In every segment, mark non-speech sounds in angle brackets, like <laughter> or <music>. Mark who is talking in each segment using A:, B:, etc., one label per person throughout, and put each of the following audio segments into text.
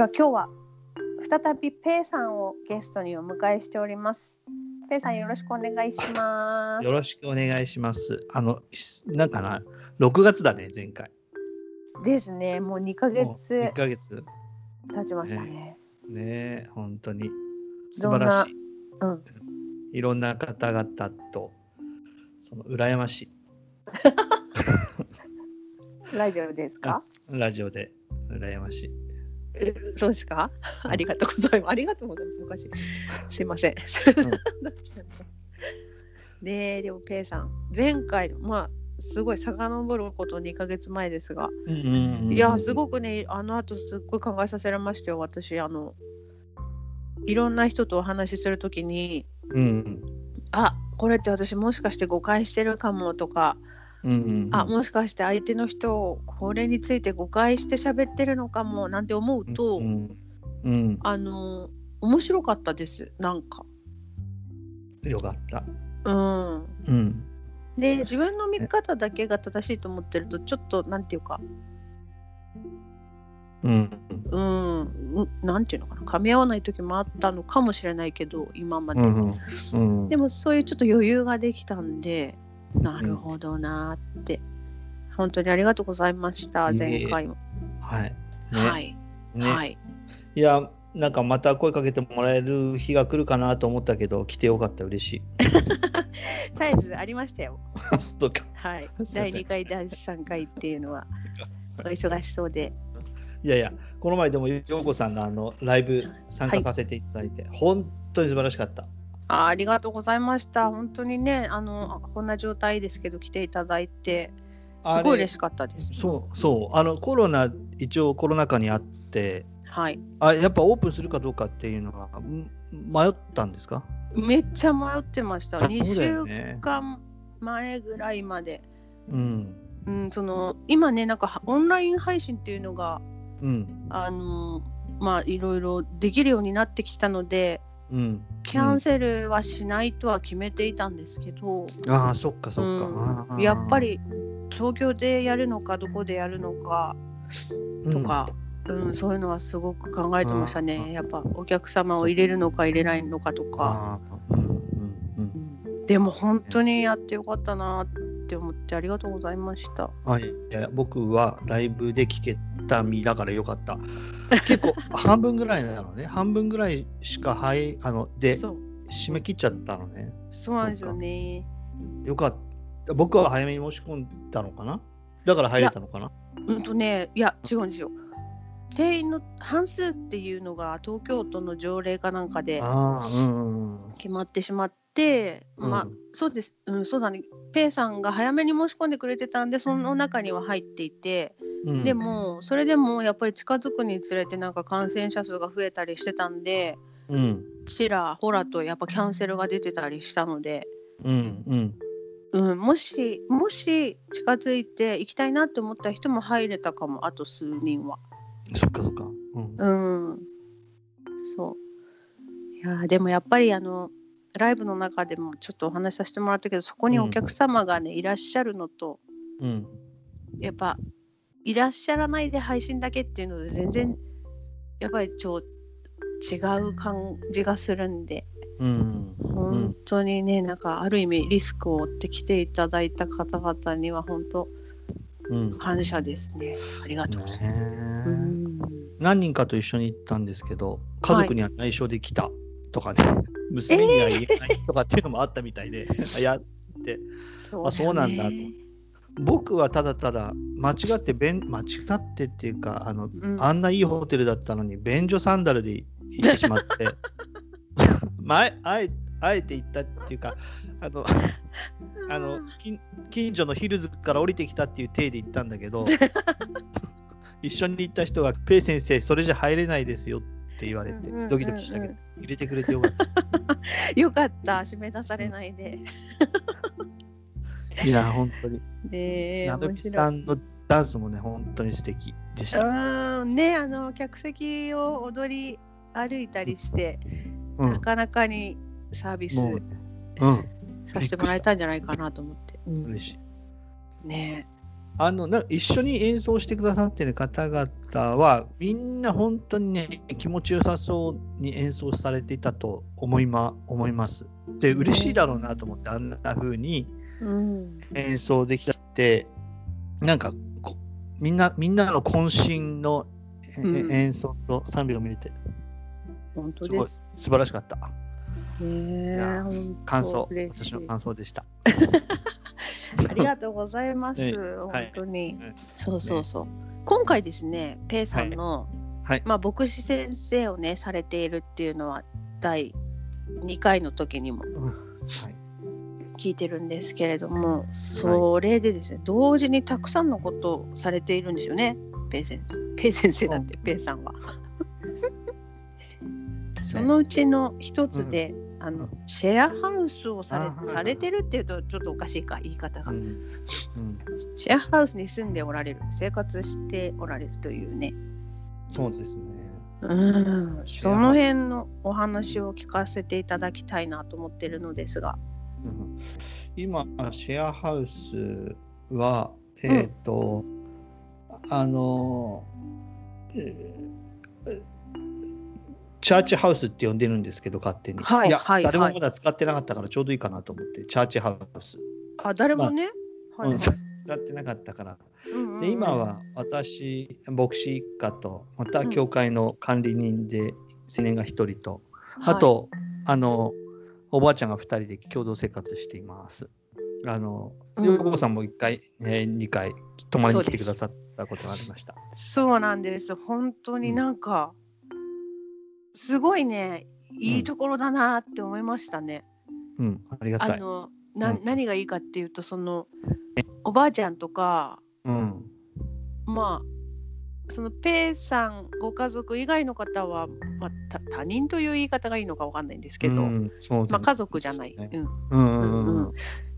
A: は今日は再びペイさんをゲストにお迎えしております。ペイさんよろしくお願いします。
B: よろしくお願いします。あの、しなんかな、6月だね、前回。
A: ですね。もう2ヶ
B: もう
A: 月
B: 1ヶ月。
A: 経ちましたね。
B: ねえ、本当に。素
A: どん
B: 晴
A: な
B: らしい。
A: うん。
B: いろんな方々と、その、羨まし
A: ラジオですか？
B: い。ラジオで、羨ましい。
A: えそうですか？ありがとうございます。ありがとうございます。おかしい。すいません。ね <laughs> えでもペイさん前回まあすごい遡ること2ヶ月前ですが、
B: うんうんうんうん
A: いやすごくねあの後すっごい考えさせられましたよ私あのいろんな人とお話しするときに
B: うん
A: あこれって私もしかして誤解してるかもとか
B: うん。うんうんうん。
A: あもしかして相手の人をこれについて誤解して喋ってるのかもなんて思うと、
B: うんうん。
A: あの面白かったですなんか。
B: よかった。
A: うん、
B: うん。
A: で自分の見方だけが正しいと思ってるとちょっとなんていうか
B: うん。
A: うんうなんていうのかな噛み合わない時もあったのかもしれないけど今ま
B: う
A: で、
B: んうん。
A: でもそういうちょっと余裕ができたんでなるほどなーって、本当にありがとうございました
B: いえい
A: 前回
B: え
A: も、
B: はい。ね
A: はい、
B: ね
A: はい
B: いや、なんかまた声かけてもらえる日が来るかなと思ったけど、来てよかった、嬉しい。 <laughs>
A: 絶えずありましたよ
B: <laughs> そうか。
A: はい
B: ません
A: 第2回第3回っていうのはお忙しそうで
B: いやいや、この前でもようこさんがあのライブ参加させていただいて、本当に素晴らしかった。
A: あーありがとうございました本当にねあのあこんな状態ですけど来ていただいてすごい嬉しかったです
B: そうそう、あのコロナ、一応コロナ禍にあって、
A: はい
B: あやっぱオープンするかどうかっていうのはん迷ったんですか
A: めっちゃ迷ってました2
B: そうだ
A: 週
B: よね
A: 1週。間前ぐらいまで、
B: うん。
A: うん、その今ねなんかはオンライン配信っていうのが
B: うん。
A: あのーまあいろいろできるようになってきたので
B: うん。
A: キャンセルはしないとは決めていたんですけど、
B: ああ、そっかそっか。
A: う
B: あ
A: ん、
B: ー
A: やっぱ、り東京でやるのかどこでやるのか
B: うん
A: と、か、うんそういうのはすごく考えてました
B: あ
A: ね
B: ー
A: やっぱお客様を入れるのか入れないのかとか、
B: ああ、うんうんう。
A: うんん、でも本当にやってよかったなって思ってありがとうございました。
B: あいやいや僕はライブで聴けた身だからよかった。結
A: <laughs>
B: 構半分ぐらいなのね、半分ぐらいしか入あので
A: そう
B: 締め切っちゃったのね。
A: そうなんですよね。
B: よかった。僕は早めに申し込んだのかなだから入れたのかな
A: うんとね、いや、違うんですよ。定員の半数っていうのが東京都の条例かなんかで
B: ああ、うんうん
A: 決まってしまって、
B: うん。
A: まあ、そうです、うん、そうだね、ペイさんが早めに申し込んでくれてたんで、その中には入っていて、
B: うん
A: で、も、それでもやっぱり近づくにつれて、なんか感染者数が増えたりしてたんで、
B: うん、
A: ちらほらとやっぱキャンセルが出てたりしたので、
B: うん、うん。
A: うん、もし、もし近づいて行きたいなって思った人も入れたかも、あと数人は。
B: そっかそっか。うん、
A: うん。そう。いやーでもやっぱりあのライブの中でもちょっとお話しさせてもらったけどそこにお客様がね、いらっしゃるのと
B: うん、
A: やっぱいらっしゃらないで配信だけっていうので全然やっぱりちょ違う感じがするんで
B: うん、
A: 本当にね、なんかある意味リスクを負って来ていただいた方々には本当
B: うん。
A: 感謝ですねありがとうございます。
B: ねえ
A: うん
B: 何人かと一緒に行ったんですけど家族には内緒で来たとかね、娘には言えないとかっていうのもあったみたいで、 <laughs> いや
A: そ
B: あそうなんだと
A: ね
B: 僕はただただ間違って便間違ってっていうかあの、
A: うん
B: あんないいホテルだったのに便所サンダルで行ってしまってまああえあえて行ったっていうかあのあの近近所のヒルズから降りてきたっていう体で行ったんだ
A: <laughs>
B: けど一緒に行った人が「ペイ先生それじゃ入れないですよ」って言われて
A: うんうんうんうん
B: ドキドキしたけど入れてくれてよかった
A: <laughs> よかった、締め出されないで。
B: いや本当に
A: ねえ、
B: なる
A: 面
B: み
A: 白
B: さ
A: い。
B: んのダンスもね本当に素敵でした、
A: うん、ねえ、あの客席を踊り歩いたりして、
B: うん
A: なかなかにサービス
B: もううん
A: させてもらえたんじゃないかなと思って。
B: 嬉しい
A: ね
B: あのな一緒に演奏してくださってる方々はみんな本当にね気持ちよさそうに演奏されていたと思いま思います。で嬉しいだろうなと思ってあんな風に
A: うん、
B: 演奏できたってなんかこみんなみんなの渾身のえ
A: うん
B: 演奏と賛美を見れて
A: 本当
B: すご
A: で
B: い
A: す。
B: 素晴らしかった。
A: ね
B: い
A: え
B: や
A: 本当
B: 感想
A: 嬉し
B: 私
A: い
B: の感想
A: <laughs>
B: でした。
A: ありがとうございます。
B: はい
A: 本当に、
B: はい
A: そうそうそう。今回ですね、ペイさんの、
B: はいはい
A: まあ牧師先生をねされているっていうのは第2回の時にも
B: はい
A: 聞いてるんですけれども、それでですね、同時にたくさんのことをされているんですよね、ペイ先生。ペイ先生だって、ペイさんは。そのうちの一つで、あのシェアハウスをされ,、
B: あはいはい
A: されてるっていうとちょっとおかしいか言い方が、
B: うんうん
A: シェアハウスに住んでおられる生活しておられるというね
B: そうですね。
A: うん
B: シェ
A: そ
B: アハウス
A: の辺のお話を聞かせていただきたいなと思ってるのですが
B: うん今シェアハウスはえっ、と、あのえーチャーチハウスって呼んでるんですけど勝手に、
A: はい
B: や、
A: はい
B: 誰
A: は
B: も
A: い
B: まだ使ってなかったからちょうどいいかなと思ってチャーチハウス、
A: あ誰もね、
B: うん
A: はいはい
B: 使ってなかったから
A: うんうんうん
B: で今は私牧師一家とまた教会の管理人で青年が一人と、あと、あの、おばあちゃんが2人で共同生活しています。あの、
A: うん
B: よこさんも1回、え2回、泊まりに来てく
A: そうです
B: ださったことがありました。
A: そうなんです本当になんか、すごいねいいところだなって思いましたね、
B: うん、ありがた
A: あ
B: い。
A: のな、
B: うん
A: 何がいいかっていうとそのおばあちゃんとか
B: うん。
A: まあそのペイさんご家族以外の方は、まあ、た他人という言い方がいいのかわかんないんですけど、
B: うん、そう
A: ま
B: だ
A: あ、
B: ね
A: 家族じゃない、
B: そうです
A: うんう
B: うんうんん
A: うん
B: うん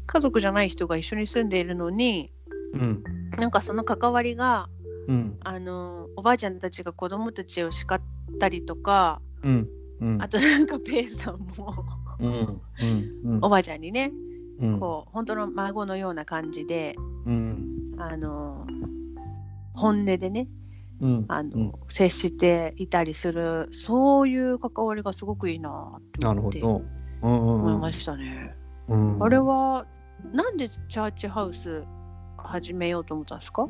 A: 家族じゃない人が一緒に住んでいるのに
B: うん。
A: なんかその関わりが
B: うん。
A: あのおばあちゃんたちが子供たちを叱ったりとか
B: うん。うん。
A: あとなんかペイさんも
B: うん。うん。
A: おばあちゃんにね
B: うん。
A: こう本当の孫のような感じで
B: うん。
A: あの本音でね
B: うん。
A: あの、
B: うん
A: 接していたりするそういう関わりがすごくいいなと
B: なる
A: 思
B: ほ
A: って
B: ど。うんうん
A: 思い
B: うん
A: ましたね。
B: うん。
A: あれはなんでチャーチハウス始めようと思ったんですか？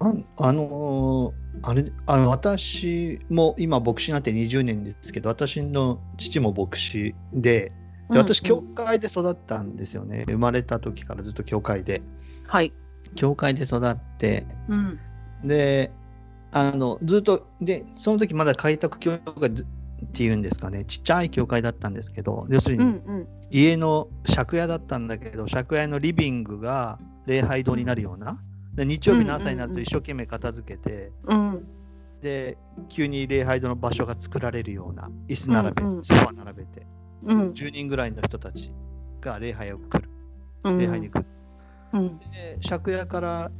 B: なんあのーあれあの私も今牧師になって20年ですけど私の父も牧師でで私
A: うんう
B: 教
A: ん
B: 会で育ったんですよね、生まれた時からずっと教会で
A: はい、
B: 教会で育って
A: うん、
B: であのずっとでその時まだ開拓教会ずっていうんですかねちっちゃい教会だったんですけど要する
A: うんう
B: に
A: ん
B: 家の借家だったんだけど借家のリビングが礼拝堂になるようなで日曜日の朝になると一生懸命片付けて。
A: うん
B: で急に礼拝堂の場所が作られるような椅子並べて、
A: うんうん
B: ソファ並べて
A: うん
B: 10人ぐらいの人たちが礼拝を来る
A: うん
B: 礼拝に来る、
A: うん
B: で借家から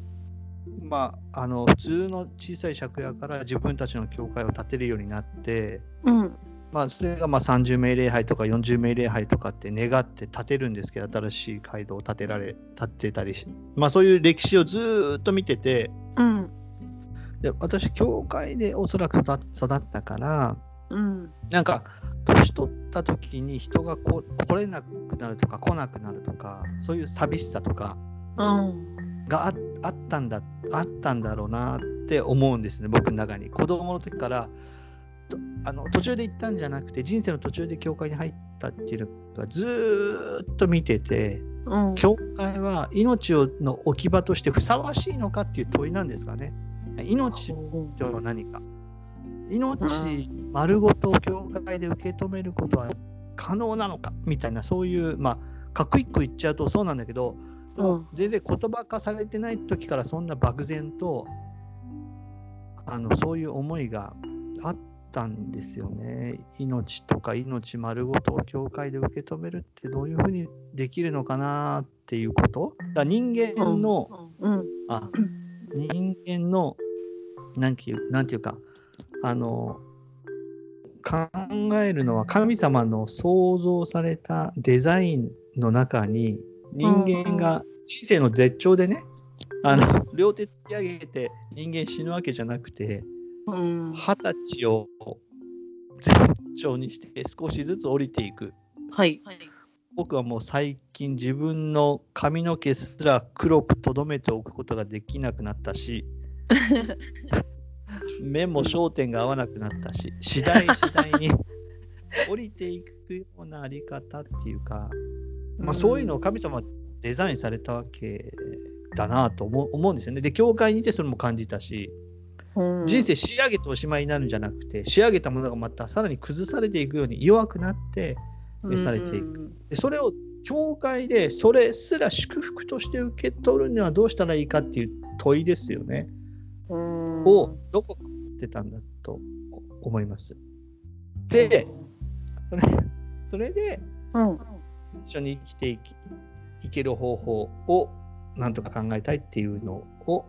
B: まああの普通の小さい借家から自分たちの教会を建てるようになって
A: うん
B: まあそれがまあ30名礼拝とか40名礼拝とかって願って建てるんですけど新しい街道を建てられ建てたりしまあそういう歴史をずーっと見てて
A: うん
B: で私教会でおそらく育育ったから
A: うん
B: なんか年取った時に人がこ来れなくなるとか来なくなるとかそういう寂しさとか
A: うん
B: がああったんだあったんだろうなって思うんですね僕の中に子供の時からとあの途中で行ったんじゃなくて人生の途中で教会に入ったっていうのがずーっと見てて
A: うん
B: 教会は命をの置き場としてふさわしいのかっていう問いなんですかね命とは何か命丸ごと教会で受け止めることは可能なのかみたいなそういうまあかっこ一個言っちゃうとそうなんだけどでも
A: うん
B: 全然言葉化されてない時からそんな漠然とあのそういう思いがあったんですよね命とか命丸ごとを教会で受け止めるってどういうふうにできるのかなっていうことだから人間の、
A: うん
B: あ人間のなんていうなんていうかあの考えるのは神様の創造されたデザインの中に人間が人生の絶頂でね、あの両手突き上げて人間死ぬわけじゃなくて
A: うん
B: 二十歳を前兆にして少しずつ降りていく
A: はい。
B: 僕はもう最近自分の髪の毛すら黒くとどめておくことができなくなったし
A: <laughs>
B: 目も焦点が合わなくなったし次第次第に降りていくようなあり方っていうか、まあ、そういうのを神様はデザインされたわけだなと思う思うんですよね。で教会にいてそれも感じたし
A: うん
B: 人生仕上げておしまいになるんじゃなくて仕上げたものがまたさらに崩されていくように弱くなって召されていく
A: うん
B: でそれを教会でそれすら祝福として受け取るにはどうしたらいいかっていう問いですよね、
A: うん
B: をどこかってたんだと思います。で、それそれで
A: うん、
B: 一緒に生きていきいける方法をなんとか考えたいっていうのを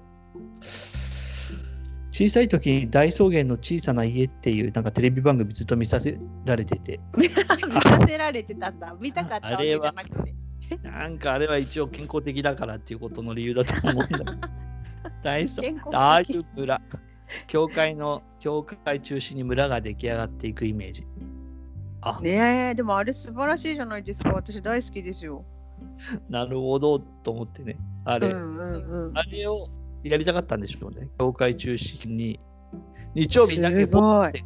B: 小さい時に大草原の小さな家っていうなんかテレビ番組ずっと見させられてて
A: 見させられてたんだ。見たかったわけじゃなくて。
B: なんかあれは一応健康的だからっていうことの理由だと思 <laughs> うんだけど大草
A: 健康的
B: ああいう村、教会の、教会中心に村が出来上がっていくイメージ。あ、
A: ねえ、でもあれ素晴らしいじゃないですか。私大好きですよ。
B: なるほどと思ってね、あ
A: う
B: れ、
A: んうんうん。
B: あれをやりたかったんでしょうね、教会中心に。日曜日だけ
A: す
B: ポッ、
A: ごい。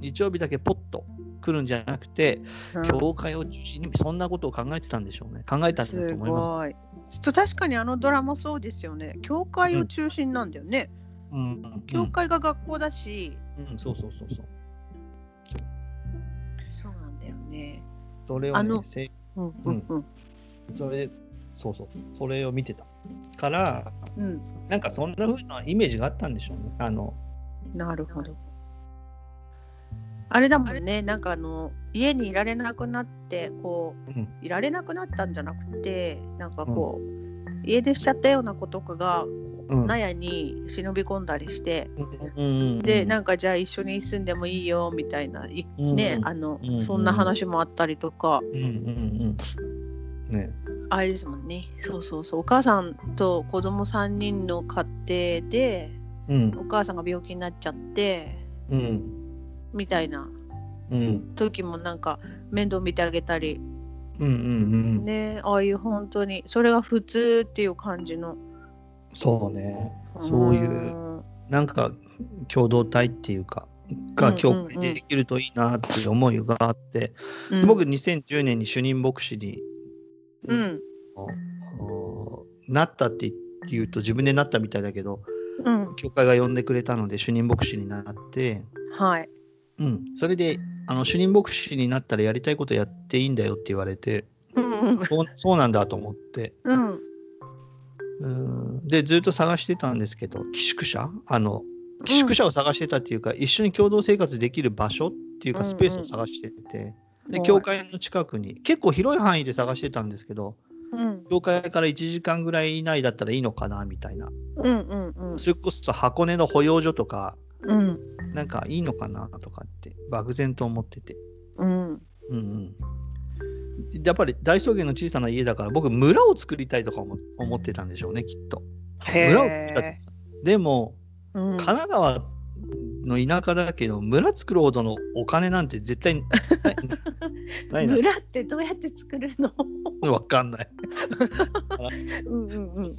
B: 日曜日だけポッと来るんじゃなくて、教会を中心にそんなことを考えてたんでしょうね、考えたんだ
A: す
B: と思います。
A: ごい。ちょっと確かにあのドラマそうですよね。教会を中心なんだよね。
B: うん、
A: 教会が学校だし、
B: うん、うん、そうそうそうそう。
A: そうなんだよね。
B: それ
A: あ
B: を、ね
A: の、
B: せ
A: うんうんうん
B: それ、そうそう、それを見てたから、
A: うん。
B: なんかそんな風なイメージがあったんでしょうね。あの、
A: なるほど。あれだもんね。なんかあの家にいられなくなってこう。
B: うん、
A: いられなくなったんじゃなくてなんかこう、家出しちゃったような子とかが
B: うん
A: 納屋に忍び込んだりして、
B: うん
A: で
B: ん
A: なんかじゃあ一緒に住んでもいいよみたいない
B: うん
A: ね、あの、
B: うん
A: そんな話もあったりとか
B: うんうんうん。ね。
A: あれですもんねそうそうそうお母さんと子供三3人の家庭で
B: うん
A: お母さんが病気になっちゃって
B: うん
A: みたいな
B: うん
A: 時もなんか面倒見てあげたり
B: うんうんうん。
A: ねああいう本当にそれが普通っていう感じの
B: そうね。そういう
A: うん
B: なんか共同体っていうか。
A: う
B: が
A: んうん
B: 教会でできるといいなっていう思いがあって、
A: うん
B: 僕2010年に主任牧師に、
A: うん。
B: おなったって言うと自分でなったみたいだけど
A: うん。
B: 教会が呼んでくれたので主任牧師になって、
A: はい。
B: うん、それであの主任牧師になったらやりたいことやっていいんだよって言われて
A: うんうん。
B: そうそうなんだと思って
A: うん。
B: うんでずっと探してたんですけど寄宿舎あの寄宿舎を探してたっていうか、一緒に共同生活できる場所っていう
A: う
B: か
A: んうん
B: スペースを探してて、で教。会の近くに結構広い範囲で探してたんですけど
A: うん。
B: 教会から1時間ぐらい以内だったらいいのかなみたいな、
A: うんうんうん。
B: それこそ箱根の保養所とか
A: うん。
B: なんかいいのかなとかって漠然と思ってて。
A: うん。
B: うんうん、やっぱり大草原の小さな家だから僕村を作りたいとか思思ってたんでしょうねきっと。村を作りたいと
A: へえ。
B: でも
A: うん
B: 神奈川の田舎だけど村作るほどのお金なんて絶
A: <laughs>
B: 対ないな
A: 村ってどうやって作るの。 <laughs>
B: 分かんない
A: うんうんうん。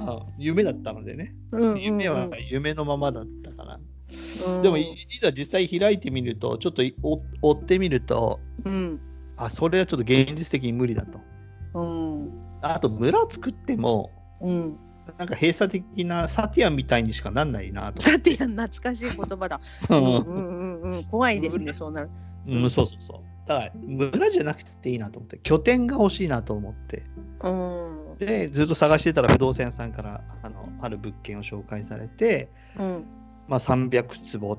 B: あ夢だったのでね
A: うんうんうん
B: 夢は夢のままだったから、
A: うん
B: でもいいざ実際開いてみるとちょっとい追追ってみると
A: うん。
B: あそれはちょっと現実的に無理だと
A: うん。
B: あと村作っても
A: うん。
B: なんか閉鎖的なサティアンみたいにしかなんないなと。
A: さてやん、懐かしい言葉だ。うんうんうんうん。怖いですね。そうなる。
B: うん、そうそうそう。だから村じゃなくていいなと思って、拠点が欲しいなと思って、
A: うん。
B: で、ずっと探してたら不動産屋さんからあのある物件を紹介されて、
A: うん。
B: まあ、300坪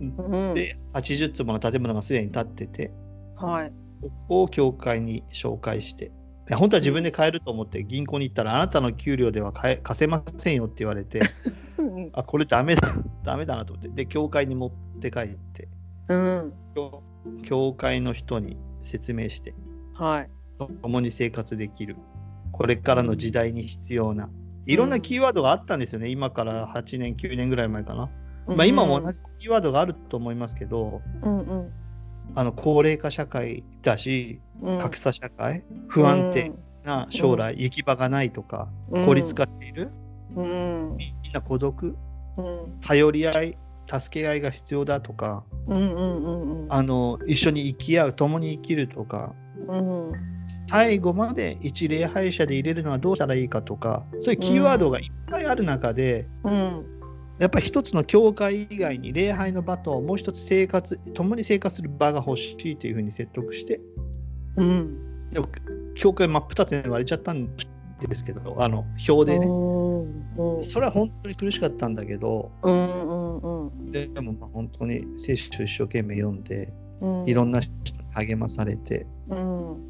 A: うん。
B: で80坪の建物がすでに建ってて、
A: はい。
B: ここを教会に紹介して、いや本当は自分で買えると思って銀行に行ったら、あなたの給料では買え貸せませんよって言われて、
A: うん。
B: あ、これダメだ、ダメだなと思って、で、教会に持って帰って、
A: うん。
B: 教教会の人に説明して
A: はい。
B: 共に生活できるこれからの時代に必要ないろんなキーワードがあったんですよね、今から8年、9年ぐらい前かな。
A: うん
B: まあ、今も同じキーワードがあると思いますけど、
A: うんうん
B: あの高齢化社会だし、
A: うん
B: 格差社会、不安定な将来、行き場がないとか、
A: うん
B: 孤立化している、
A: うん
B: みんな孤独、
A: うん
B: 頼り合い、助け合いが必要だとか、
A: うんうんうんうん
B: あの一緒に生き合う、共に生きるとか、
A: うん
B: 最後まで一礼拝者で入れるのはどうしたらいいかとか、そういうキーワードがいっぱいある中で、
A: うん
B: やっぱり一つの教会以外に礼拝の場ともう一つ生活共に生活する場が欲しいというふうに説得して
A: うん
B: でも教会真っ二つに割れちゃったんですけどあの表で
A: う
B: ね
A: んうん
B: それは本当に苦しかったんだけど
A: うんうんうん
B: でもまあ本当に聖書を一生懸命読んで
A: うん
B: いろんな人に励まされて
A: うん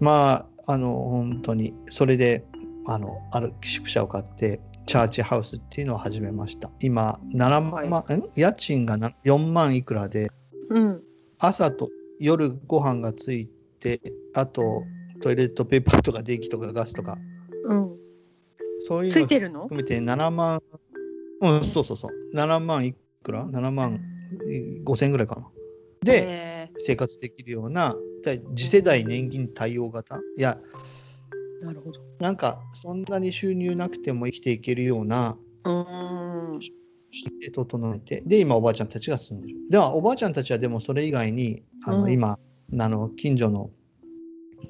B: まああの本当にそれであのある宿舎を買ってチャーチハウスっていうのを始めました今7万、ん家賃がな4万いくらで
A: うん
B: 朝と夜ご飯がついてあとトイレットペーパーとか電気とかガスとか
A: うん
B: そういう
A: つ
B: の
A: い
B: 含
A: てるの
B: めて7万うんそうそうそう7万いくら7万5千ぐらいかなで
A: へ
B: 生活できるようなだ次世代年金対応型いや
A: ーなるほど
B: なんかそんなに収入なくても生きていけるような
A: うん
B: して整えてで今おばあちゃんたちが住んでるではおばあちゃんたちはでもそれ以外にあの、
A: うん
B: 今あの近所の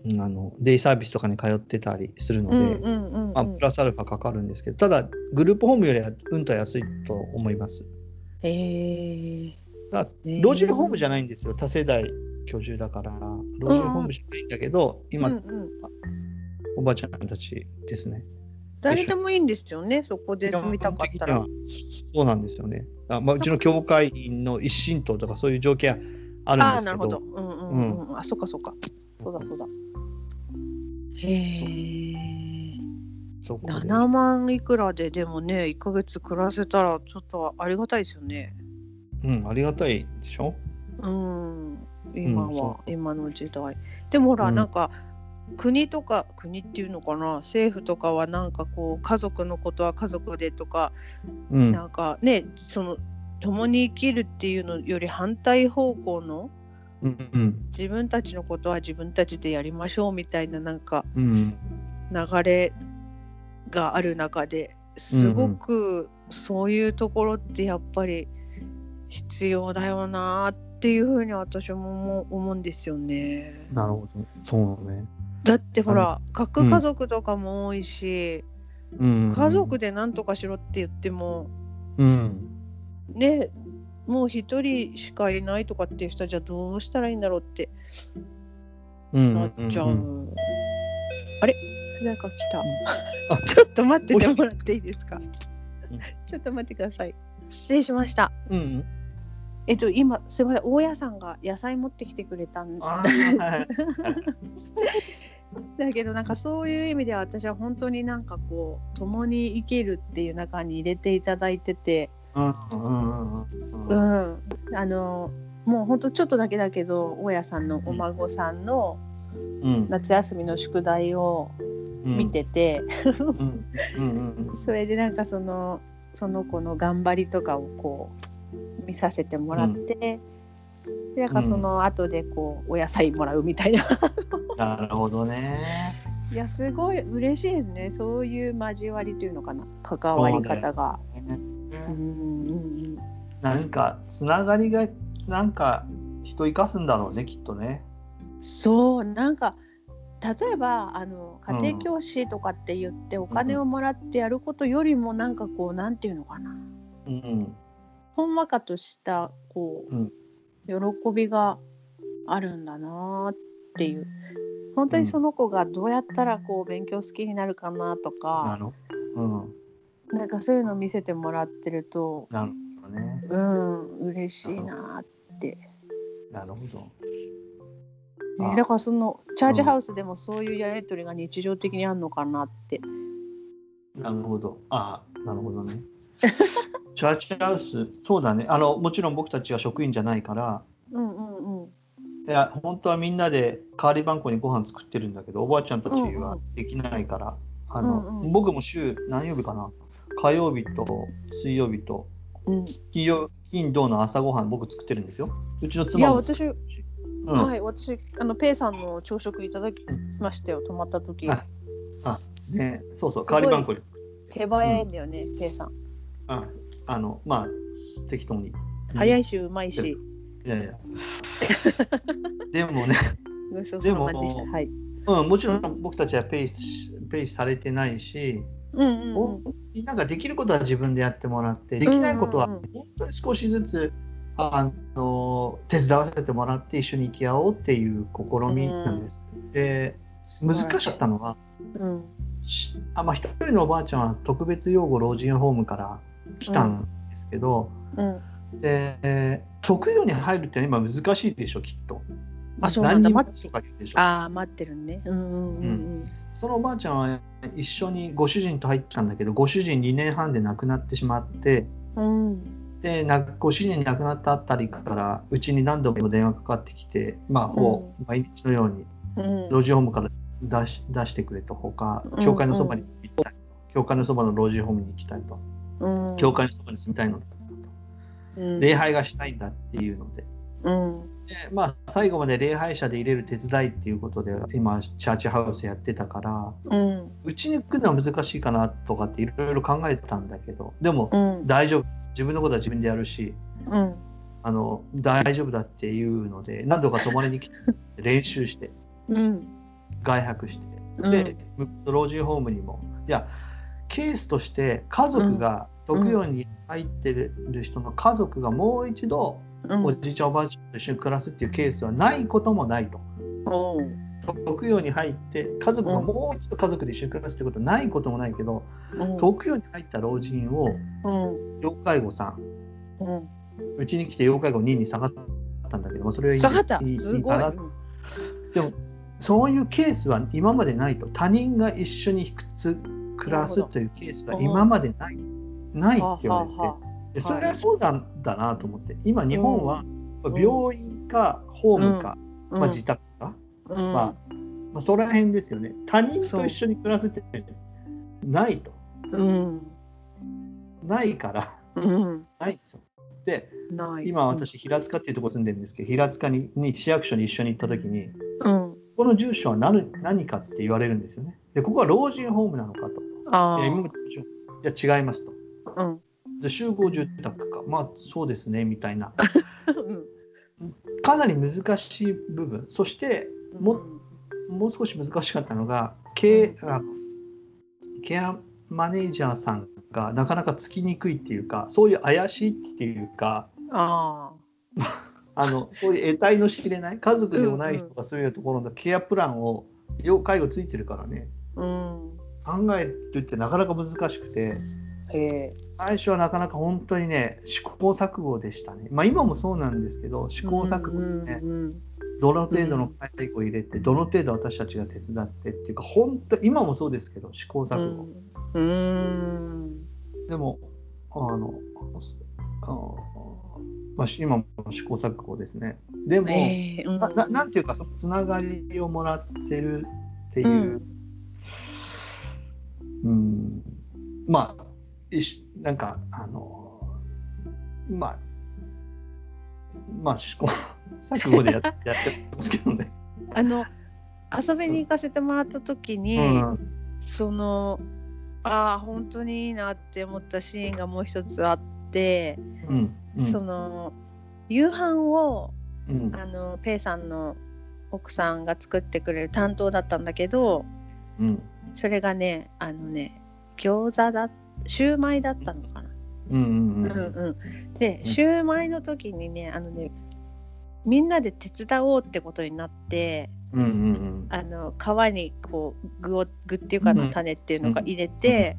B: うんあのデイサービスとかに通ってたりするの
A: う
B: で、
A: んうんうん
B: まあ、プラスアルファかかるんですけどただグループホームよりはうんとは安いと思います
A: へえ
B: だから老人ホームじゃないんですよ多世代居住だから老人ホームじゃないんだけど、今、
A: うんうん
B: おばあちゃんたちですね
A: 誰でもいいんですよねそこで住みたかったら
B: 基本的にはそうなんですよねあ、まあ、うちの教会員の一神党とかそういう条件あるん
A: あ
B: で
A: あ
B: す
A: な
B: け
A: る
B: ど
A: ほど。うんうんうん。あそっかそっか。そうだそうだ。へえ。
B: そこです
A: 7万いくらででもね1ヶ月暮らせたらちょっとありがたいですよね。
B: うん、ありがたいでしょ
A: うん。今
B: うん
A: は
B: そ、
A: 今の時代。でもほら、
B: うん
A: なんか国とか国っていうのかな政府とかはなんかこう家族のことは家族でとか、
B: うん、
A: なんかねその共に生きるっていうのより反対方向の
B: うん、うん、
A: 自分たちのことは自分たちでやりましょうみたいななんか
B: うん、
A: 流れがある中ですごくそういうところってやっぱり必要だよなっていうふうに私も思うんですよね。
B: なるほど。そうね。
A: だってほら核家族とかも多いし、
B: うん、
A: 家族で何とかしろって言っても
B: うん、
A: ねもう一人しかいないとかっていう人じゃどうしたらいいんだろうって
B: うん、
A: なっちゃう。
B: うん
A: あれなんか来た。 <laughs>
B: あ、
A: ちょっと待っててもらっていいですか
B: うん。
A: ちょっと待ってください。失礼しました。
B: うん、
A: えっと、今、すみません、大家さんが野菜持ってきてくれたんだ
B: あーはい
A: けど、なんかそういう意味では、私は本当になんかこう、共に生きるっていう中に入れていただいてて、
B: うん、うん、うん
A: う
B: うん、
A: ん、あの、もう本当ちょっとだけだけど、大家さんのお孫さんの
B: うん、
A: 夏休みの宿題を
B: うん
A: 見。てて、
B: うん、うん、うん、
A: それでなんかそのその子の頑張りとかをこう見させてもらって、でなんかその後でこうお野菜もらうみたいな
B: なるほどね。
A: いやすごい嬉しいですねそういう交わりというのかな関わり方がうんうん
B: なんか、つながりが、なんか、人生かすんだろうね、きっとね。
A: うんそうなんか例えばあの家庭教師とかって言ってお金をもらってやることよりもなんかこうなんていうのかな
B: うん、
A: ほんわかとしたこう、
B: うん
A: 喜びがあるんだなっていう本当にその子がどうやったらこう勉強好きになるかなと
B: な
A: か、
B: る。うん、
A: なんかそういうの見せてもらってると
B: なるほどね。
A: うん嬉しいなって、
B: なるほど。
A: ね
B: あ
A: だからそのチャージハウスでもそういうやり取りが日常的にあるのかなって、
B: なるほど。ああ、なるほど
A: <laughs>
B: ね。チャーチハウス、そうだね。あの、もちろん僕たちは職員じゃないから、
A: うんうんうん
B: いや、本当はみんなで代わり番号にご飯作ってるんだけど、おばあちゃんたちはできないから、あの、
A: うんうん
B: 僕も週何曜日かな火曜日と水曜日と
A: うん、い
B: 金曜金土の朝ごはん僕作ってるんですよ。うちの妻
A: や
B: も。
A: 私、
B: うん
A: はい私あのペイさんの朝食いただきましたよ泊まった時
B: あね、そうそう、
A: すごい
B: 代わりばんこに。
A: 手早いんだよね、ペイさん
B: うんあの、まあ、適当に。
A: 早
B: い。
A: いしうまいし
B: いやいや。でもね、 <laughs>
A: ごちそう
B: で
A: さ
B: も
A: までしたはい
B: うん、もちろん僕たちはペイしペイされてないし、
A: うんうんうん
B: みんなができることは自分でやってもらって、できないことは
A: うんうん
B: 本当に少しずつ、あの手伝わせてもらって一緒に生き合おうっていう試みなんです。で、難しかったのは、
A: うん
B: しあまあ、一人のおばあちゃんは特別養護老人ホームから来たんですけど、
A: うん
B: で特養に入るってのは今難しいでしょきっと。
A: あそうなんだ
B: 何人
A: ま
B: もとかいるでしょ
A: ああ待ってるねうんうんうん
B: そのおばあちゃんは一緒にご主人と入ったんだけどご主人2年半で亡くなってしまって
A: うんうん
B: でなご主人亡くなったあたりからうちに何度も電話かかってきて、まあ、ほぼ毎日のように
A: うん
B: 老人ホームから出し出してくれとほか
A: うん
B: 教会のそばに行きたいと教会のそばの老人ホームに行きたいと
A: うん
B: 教会のそばに住みたいのだと
A: うん
B: 礼拝がしたいんだっていうので
A: うん
B: でまあ、最後まで礼拝者で入れる手伝いっていうことで今チャーチハウスやってたから
A: うん
B: うちに来るのは難しいかなとかっていろいろ考えてたんだけどでも
A: うん
B: 大丈夫自分のことは自分でやるし
A: うん
B: あの大丈夫だっていうので何度か泊まりに来て練習して <laughs>
A: うん
B: 外泊して
A: うん
B: で、向こうの老人ホームにもいやケースとして家族が特養に入ってる人の家族がもう一度
A: うん
B: おじいちゃんおばあちゃんと一緒に暮らすっていうケースはないこともないと。
A: おう
B: 特養に入って家族がもう一度家族で一緒に暮らすってことはないこともないけど、
A: うん
B: 特養に入った老人を
A: うん
B: 要介護さん
A: うん
B: うちに来て要介護2に下がったんだけどもそれはいい
A: 下がった
B: いい
A: す
B: いい
A: ご
B: か
A: い
B: なでもそういうケースは今までないと他人が一緒につ暮らすというケースは今までないないって言われて
A: は
B: でそれはそうなんだなと思って今日本は病院かホームか、まあ、自宅か、
A: うん
B: まあ、まあ、そこら辺ですよね。他人と一緒に暮らすってないと。
A: うん
B: ないから、
A: うん
B: ないんですよ。で、
A: ない
B: 今私、平塚っていうところ住んでるんですけど、平塚にに市役所に一緒に行った時に、
A: うん
B: この住所は何何かって言われるんですよね。で、ここは老人ホームなのかと。
A: あ
B: い
A: あ
B: や、今までいや違いますと。
A: うん
B: で集合住宅か、まあそうですねみたいな、
A: うん
B: かなり難しい部分、そしてもっ
A: うん
B: もう少し難しかったのがケアケアマネージャーさんがなかなかつきにくいっていうかそういう怪しいっていうか
A: あ <laughs>
B: あのそういう得体の知れない家族でもない人がそういうところのケアプランを要介護ついてるからね
A: あうん
B: 考えるってなかなか難しくて
A: へえ
B: 最初はなかなか本当にね試行錯誤でしたねまあ今もそうなんですけど試行錯誤でね
A: うん
B: どの程度の介護を入れてどの程度私たちが手伝ってっていうか本当今もそうですけど試行
A: う
B: 錯誤
A: んうん
B: でも、あの、あのまあ、し今も試行錯誤ですね。でも、
A: ええうん
B: なななんていうか、そのつながりをもらってるっていうう、
A: ん
B: うん、まあ、いしなんか、あの、まあ、まあ、試行錯誤でやっやってますけどね。
A: あの遊びに行かせてもらった時に、
B: うん、
A: そのああ本当にいいなって思ったシーンがもう一つあって、
B: うん、うん
A: その夕飯を
B: うん、
A: あのペイさんの奥さんが作ってくれる担当だったんだけど
B: うん、
A: それがねあのね餃子だシューマイだったのかな。
B: うん、うん、
A: う
B: うんん、
A: うん、で
B: うん
A: シューマイの時にねあのねみんなで手伝おうってことになって
B: うん、うん、
A: あの皮にこう具を具っていうか
B: う
A: の
B: ん
A: 種っていうのが入れて、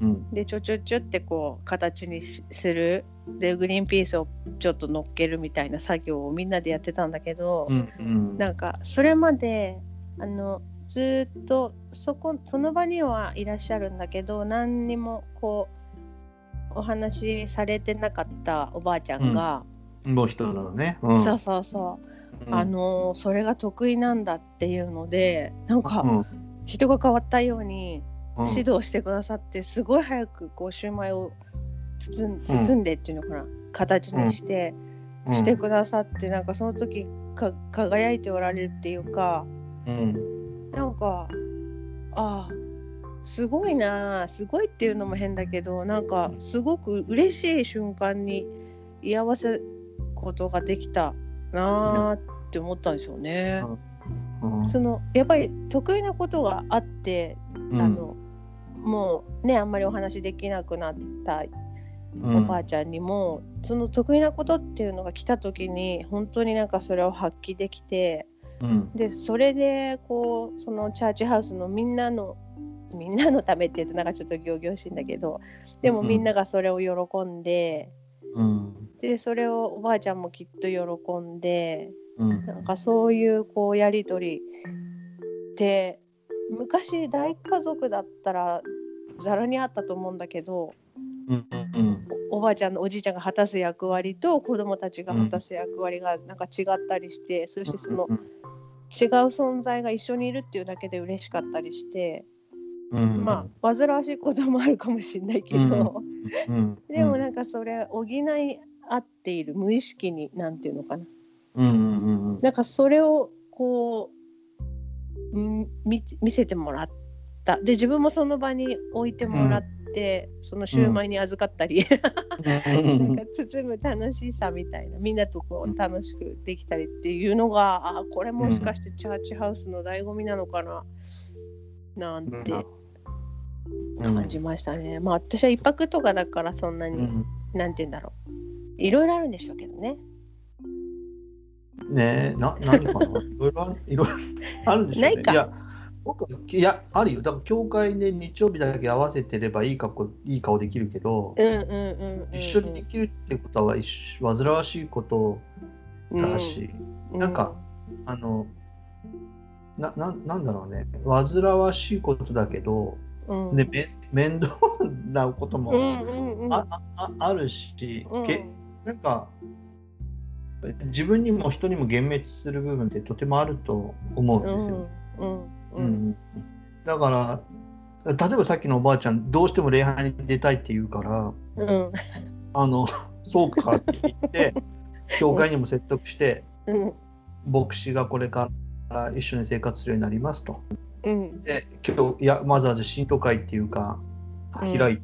B: うん、
A: でちょちょちょってこう形にしするでグリーンピースをちょっと乗っけるみたいな作業をみんなでやってたんだけど、
B: うん、うん、
A: なんかそれまであのずーっとそこその場にはいらっしゃるんだけど何にもこうお話しされてなかったおばあちゃんが、
B: もう一人なのね。うん
A: そうそうそう、
B: うん
A: あのそれが得意なんだっていうのでなん
B: う
A: か
B: ん
A: 人が変わったように
B: うん
A: 指導してくださってすごい早くこうシューマイを包ん包んでっていうのかな、形にして、
B: うん
A: してくださってなんかその時か輝いておられるっていうか
B: うん
A: なんかああすごいなあすごいっていうのも変だけどなんかすごく嬉しい瞬間に居合わせることができたなあって思ったんですよね。
B: うん
A: そのやっぱり得意なことがあって、
B: うん
A: あのもうねあんまりお話できなくなった
B: うん
A: おばあちゃんにも、その得意なことっていうのが来た時に本当になんかそれを発揮できて
B: うん
A: でそれでこうそのチャーチハウスのみんなのみんなのためって言うとなんかちょっと仰々しいんだけどでも
B: うん
A: みんながそれを喜んで、
B: うん
A: でそれをおばあちゃんもきっと喜んで
B: うん
A: なんかそういうこうやり取りって昔大家族だったらざらにあったと思うんだけど
B: うんうん
A: おおばあちゃんのおじいちゃんが果たす役割と子どもたちが果たす役割がなんか違ったりして、そしてその違う存在が一緒にいるっていうだけで嬉しかったりして、
B: うん
A: まあ煩わしいこともあるかもしれないけど、
B: うん
A: <laughs> でもなんかそれ補い合っている無意識になんていうのかな
B: うんうんうんうん
A: なんかそれをこううん見見せてもらったで自分もその場に置いてもらって、そのシューマイに預かったり、なんか包む楽しさみたいなみんなとこう楽しくできたりっていうのがあーこれもしかしてチャーチハウスの醍醐味なのかな、なんて感じましたね、まあ私は一泊とかだからそんな
B: う
A: に、
B: ん
A: なんて言うんだろういろいろあるんでしょうけどね
B: ねえ、な、何かな、いろいろある、いろいろあるんでしょうね。
A: ないか
B: や、僕は、いや、あるよ、だから教会で日曜日だけ合わせてればいい格好、いい顔できるけど。
A: うんうんうんうんうん
B: 一緒に生きるってことは、一緒煩わしいことだし、
A: う
B: なんかあの。な、なん、なんだろうね、煩わしいことだけど、
A: うん
B: で、め、面倒なことも。
A: うんうんうん
B: あ、あ、ああるし、
A: うん
B: け、なんか自分にも人にも幻滅する部分ってとてもあると思うんですよ。
A: うんう
B: うんんだから例えばさっきのおばあちゃんどうしても礼拝に出たいって言うから
A: うん
B: あのそうかって言って教会にも説得して
A: うん
B: 牧師がこれから一緒に生活するようになりますと。
A: うん
B: で今日いやまずは信徒会っていうか
A: うん
B: 開いて、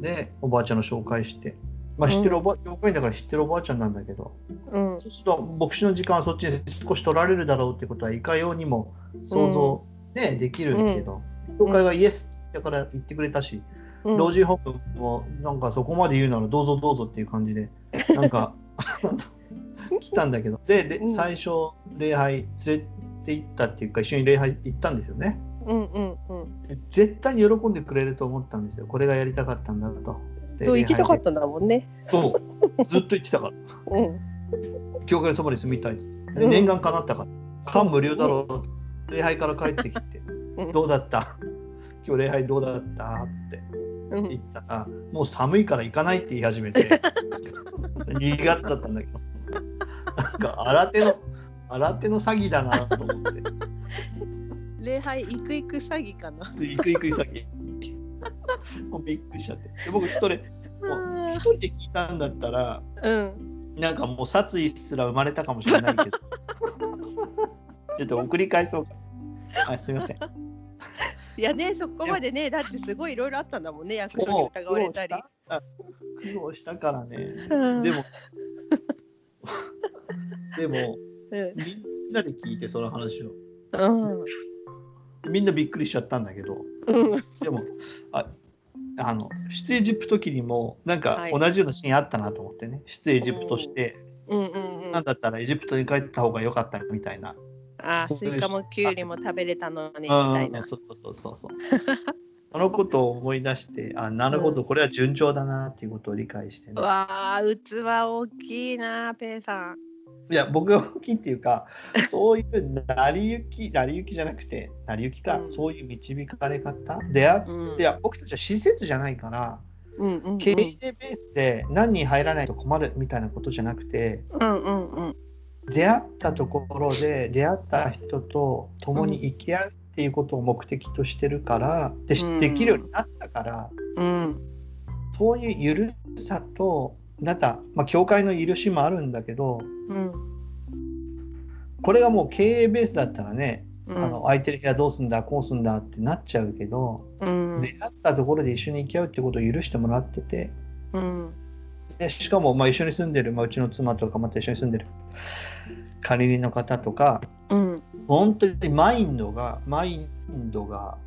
B: でおばあちゃんの紹介して、まあ、知ってるおば、教会員だから知ってるおばあちゃんなんだけど。
A: うん
B: そうすると牧師の時間はそっちに少し取られるだろうってことはいかようにも想像、ねできるけど、教会がイエスだから言ってくれたし、
A: うん
B: 老人ホームもなんかそこまで言うならどうぞどうぞっていう感じでな
A: <laughs>
B: んか来たんだけどで、で
A: うん
B: 最初礼拝連れて行ったっていうか一緒に礼拝行ったんですよね
A: うんうんうん
B: で絶対に喜んでくれると思ったんですよこれがやりたかったんだと。で
A: そう行きたかっ
B: 礼
A: たんだもんね
B: 拝でそうずっと言ってたから
A: うん
B: 教会のそばに住みたいっつってで
A: うん
B: 念願かなったから感無量だろうって礼拝から帰ってきて
A: うん
B: どうだった今日礼拝どうだったって
A: う
B: 言
A: ん
B: ったらもう寒いから行かないって言い始めて2月だったんだけどなんか新手の新手の詐欺だなと思って
A: 礼拝行く行く詐欺かな
B: 行く行く詐欺もうびっくりしちゃってで僕一人もう一人で聞いたんだったら
A: うん
B: なんかもう殺意すら生まれたかもしれないけ
A: <laughs>
B: ど。ちょっと送り返そうか。あすみません。
A: いやねそこまでねだってすごいいろいろあったんだもんね役所に
B: もう
A: 疑われたり
B: 苦労した苦労したからね。
A: うん <laughs>
B: でも、で
A: う
B: も、
A: ん
B: みんなで聞いて、その話を。
A: うん
B: みんなびっくりしちゃったんだけど、
A: うん
B: でも、ああの出エジプト記にも、なんか
A: はい
B: 同じようなシーンあったなと思ってね、出エジプトして、
A: うんうんう
B: なん
A: ん
B: だったらエジプトに帰った方が良かったみたいな
A: あー
B: そ
A: ス
B: ういう
A: イカもキュウリも食べれたのにみ
B: あ
A: たいな
B: そうそうそうそう。 <laughs> そのことを思い出して、あなるほど、これは順調だなっていうことを理解して、ね。
A: わあ器大きいなペンさん
B: いや、僕が大きいっていうか、そういう成り行き、成り行きじゃなくて、成り行きか、
A: うん
B: そういう導かれ方、出会っ
A: うん
B: いや、僕たちは施設じゃないから、
A: うんうんうん
B: 経営ベースで何人入らないと困るみたいなことじゃなくて、
A: うんうんうん
B: 出会ったところで、出会った人と共に生き合うっっていうことを目的としてるからでし
A: うん
B: できるようになったから、
A: うん
B: そういうゆるさとなんか、まあ、教会の許しもあるんだけど
A: うん
B: これがもう経営ベースだったらね、
A: うん
B: あの空いてる部屋どうすんだこうすんだってなっちゃうけど、
A: うん
B: 出会ったところで一緒に行き合うってことを許してもらってて
A: うん
B: でしかもまあ一緒に住んでる、まあ、うちの妻とかまた一緒に住んでる管理人の方とか
A: うん
B: 本当にマインドがマインドが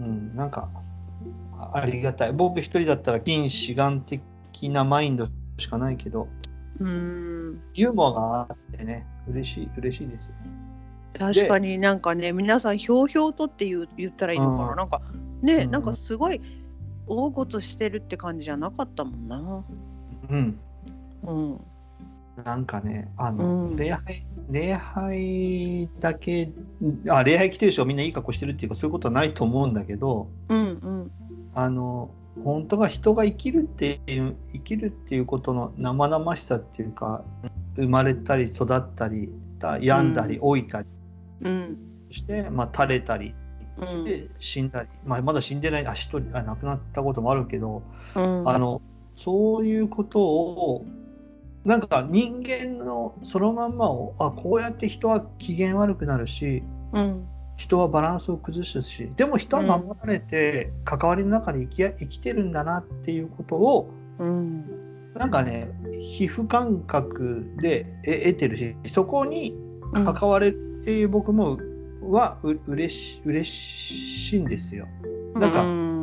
B: うんなんかあありがたい僕一人だったら近視眼的なマインドしかないけど
A: うん
B: ユーモアがあってね嬉しい嬉しいですよ
A: 確かになんかね皆さんひょうひょうとって言う言ったらいいのか
B: う
A: なんなんかね、
B: うん
A: なんかすごい大ごとしてるって感じじゃなかったもんな
B: うん
A: うん
B: なんかね、あの、
A: うん
B: 礼拝、礼拝だけ、あ、礼拝来てる人がみんないい格好してるっていうか、そういうことはないと思うんだけど、
A: うん
B: あの、本当が人が生きるっていう、生きるっていうことの生々しさっていうか、生まれたり育ったり、た病んだり、
A: う
B: 老いたり
A: うんうん
B: して、まあ、垂れたり、
A: うん
B: で死んだり、まあ、まだ死んでない、あ、一人、あ、亡くなったこともあるけど、
A: うん
B: あのそういうことをなんか人間のそのまんまをあこうやって人は機嫌悪くなるし
A: うん
B: 人はバランスを崩すしでも人は守られて関わりの中で生きや生きてるんだなっていうことを
A: うん
B: なんかね皮膚感覚でえ得てるしそこに
A: うん
B: 関われるっていう僕もはう嬉し嬉しいんですよ。なんか
A: うん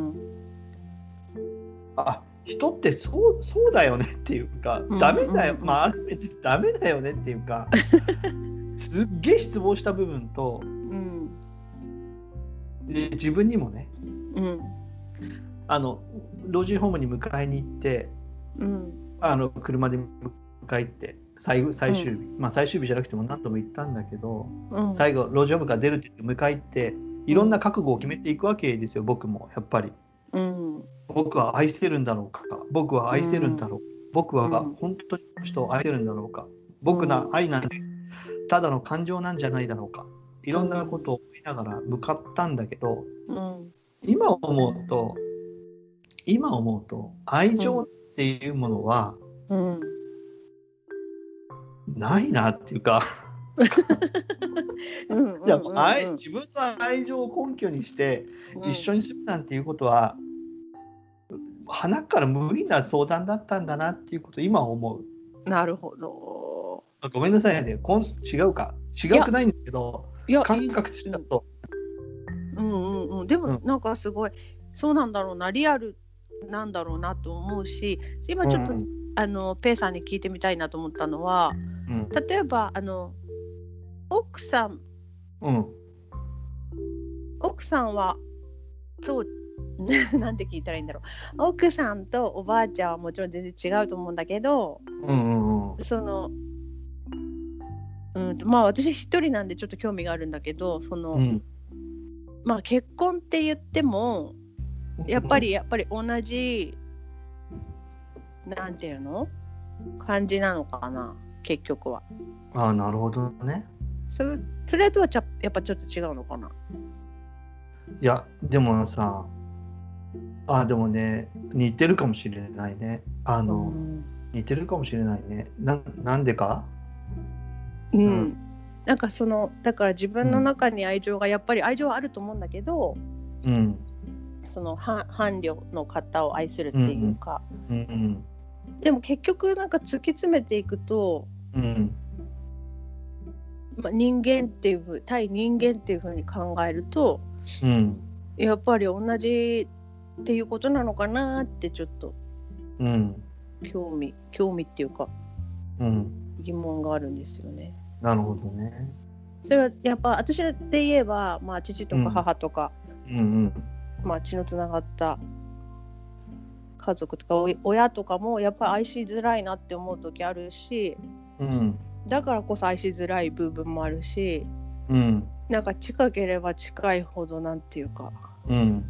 B: あ人ってそうそうだよねっていうか、
A: うん
B: ダメだよ、
A: うんうん
B: まあある意味でダメだよねっていう
A: <laughs>
B: かすっげえ失望した部分と
A: うん
B: で自分にもね
A: うん
B: あの老人ホームに迎えに行って
A: うん
B: あの車で迎え行って最後最終日、まあ最終日じゃなくても何度も行ったんだけど、
A: うん
B: 最後老人ホームから出るって言って迎え行っていろんな覚悟を決めていくわけですよ僕もやっぱり
A: うん
B: 僕は愛してるんだろうか僕は愛してるんだろう、僕は
A: うん
B: 本当にこの人を愛してるんだろうか、僕の愛なんてただの感情なんじゃないだろうかいろんなことを思いながら向かったんだけど
A: うん
B: 今思うと今思うと愛情っていうものは
A: うん
B: ないなっていうか、
A: うん
B: いやもう愛
A: うん
B: 自分の愛情を根拠にして
A: うん
B: 一緒に住むなんていうことは、花から無理な相談だったんだなっていうことを今思う。
A: なるほど
B: あごめんなさいね、こん違うか。違うくないんだけど、
A: いや
B: 感覚としてだと、
A: うんうんうん、でも
B: う
A: なんかすごい、そうなんだろうなリアルなんだろうなと思うし今ちょっと、
B: うん
A: あのペイさんに聞いてみたいなと思ったのは
B: うん
A: 例えばあの奥さん
B: うん、
A: 奥さんはと <laughs> なんて聞いたらいいんだろう奥さんとおばあちゃんはもちろん全然違うと思うんだけど
B: うん、うん、うん、
A: その、うん、まあ私一人なんでちょっと興味があるんだけどその、
B: うん
A: まあ結婚って言ってもやっぱ、りやっぱり同じなんていうの感じなのかな結局は
B: ああ、なるほどね。
A: それそれとはちゃやっぱちょっと違うのかない
B: や、でもさ、ああ、でもね、似てるかもしれないね。あ
A: う
B: の、
A: ん、
B: 似てるかもしれないね。なん、なんでか。
A: うんなんかそのだから自分の中に愛情がやっぱり愛情はあると思うんだけど
B: うん、
A: そのは伴侶の方を愛するっていうか、
B: うん、
A: でも結局なんか突き詰めていくと、
B: うん、うん、
A: まあ、人間っていうふう対人間っていうふうに考えると
B: うん、
A: やっぱり同じっていうことなのかなってちょっと
B: うん、
A: 興味興味っていうか
B: うん、
A: 疑問があるんですよね。
B: なるほどね。
A: それはやっぱ私で言えば、まあ、父と
B: うん
A: か母とか、
B: うん、
A: まあ、血のつながった家族とかおい親とかもやっぱり愛しづらいなって思う時あるし
B: うん、うん、
A: だからこそ愛しづらい部分もあるし
B: うん、
A: なんか近ければ近いほどなんていうか
B: うん、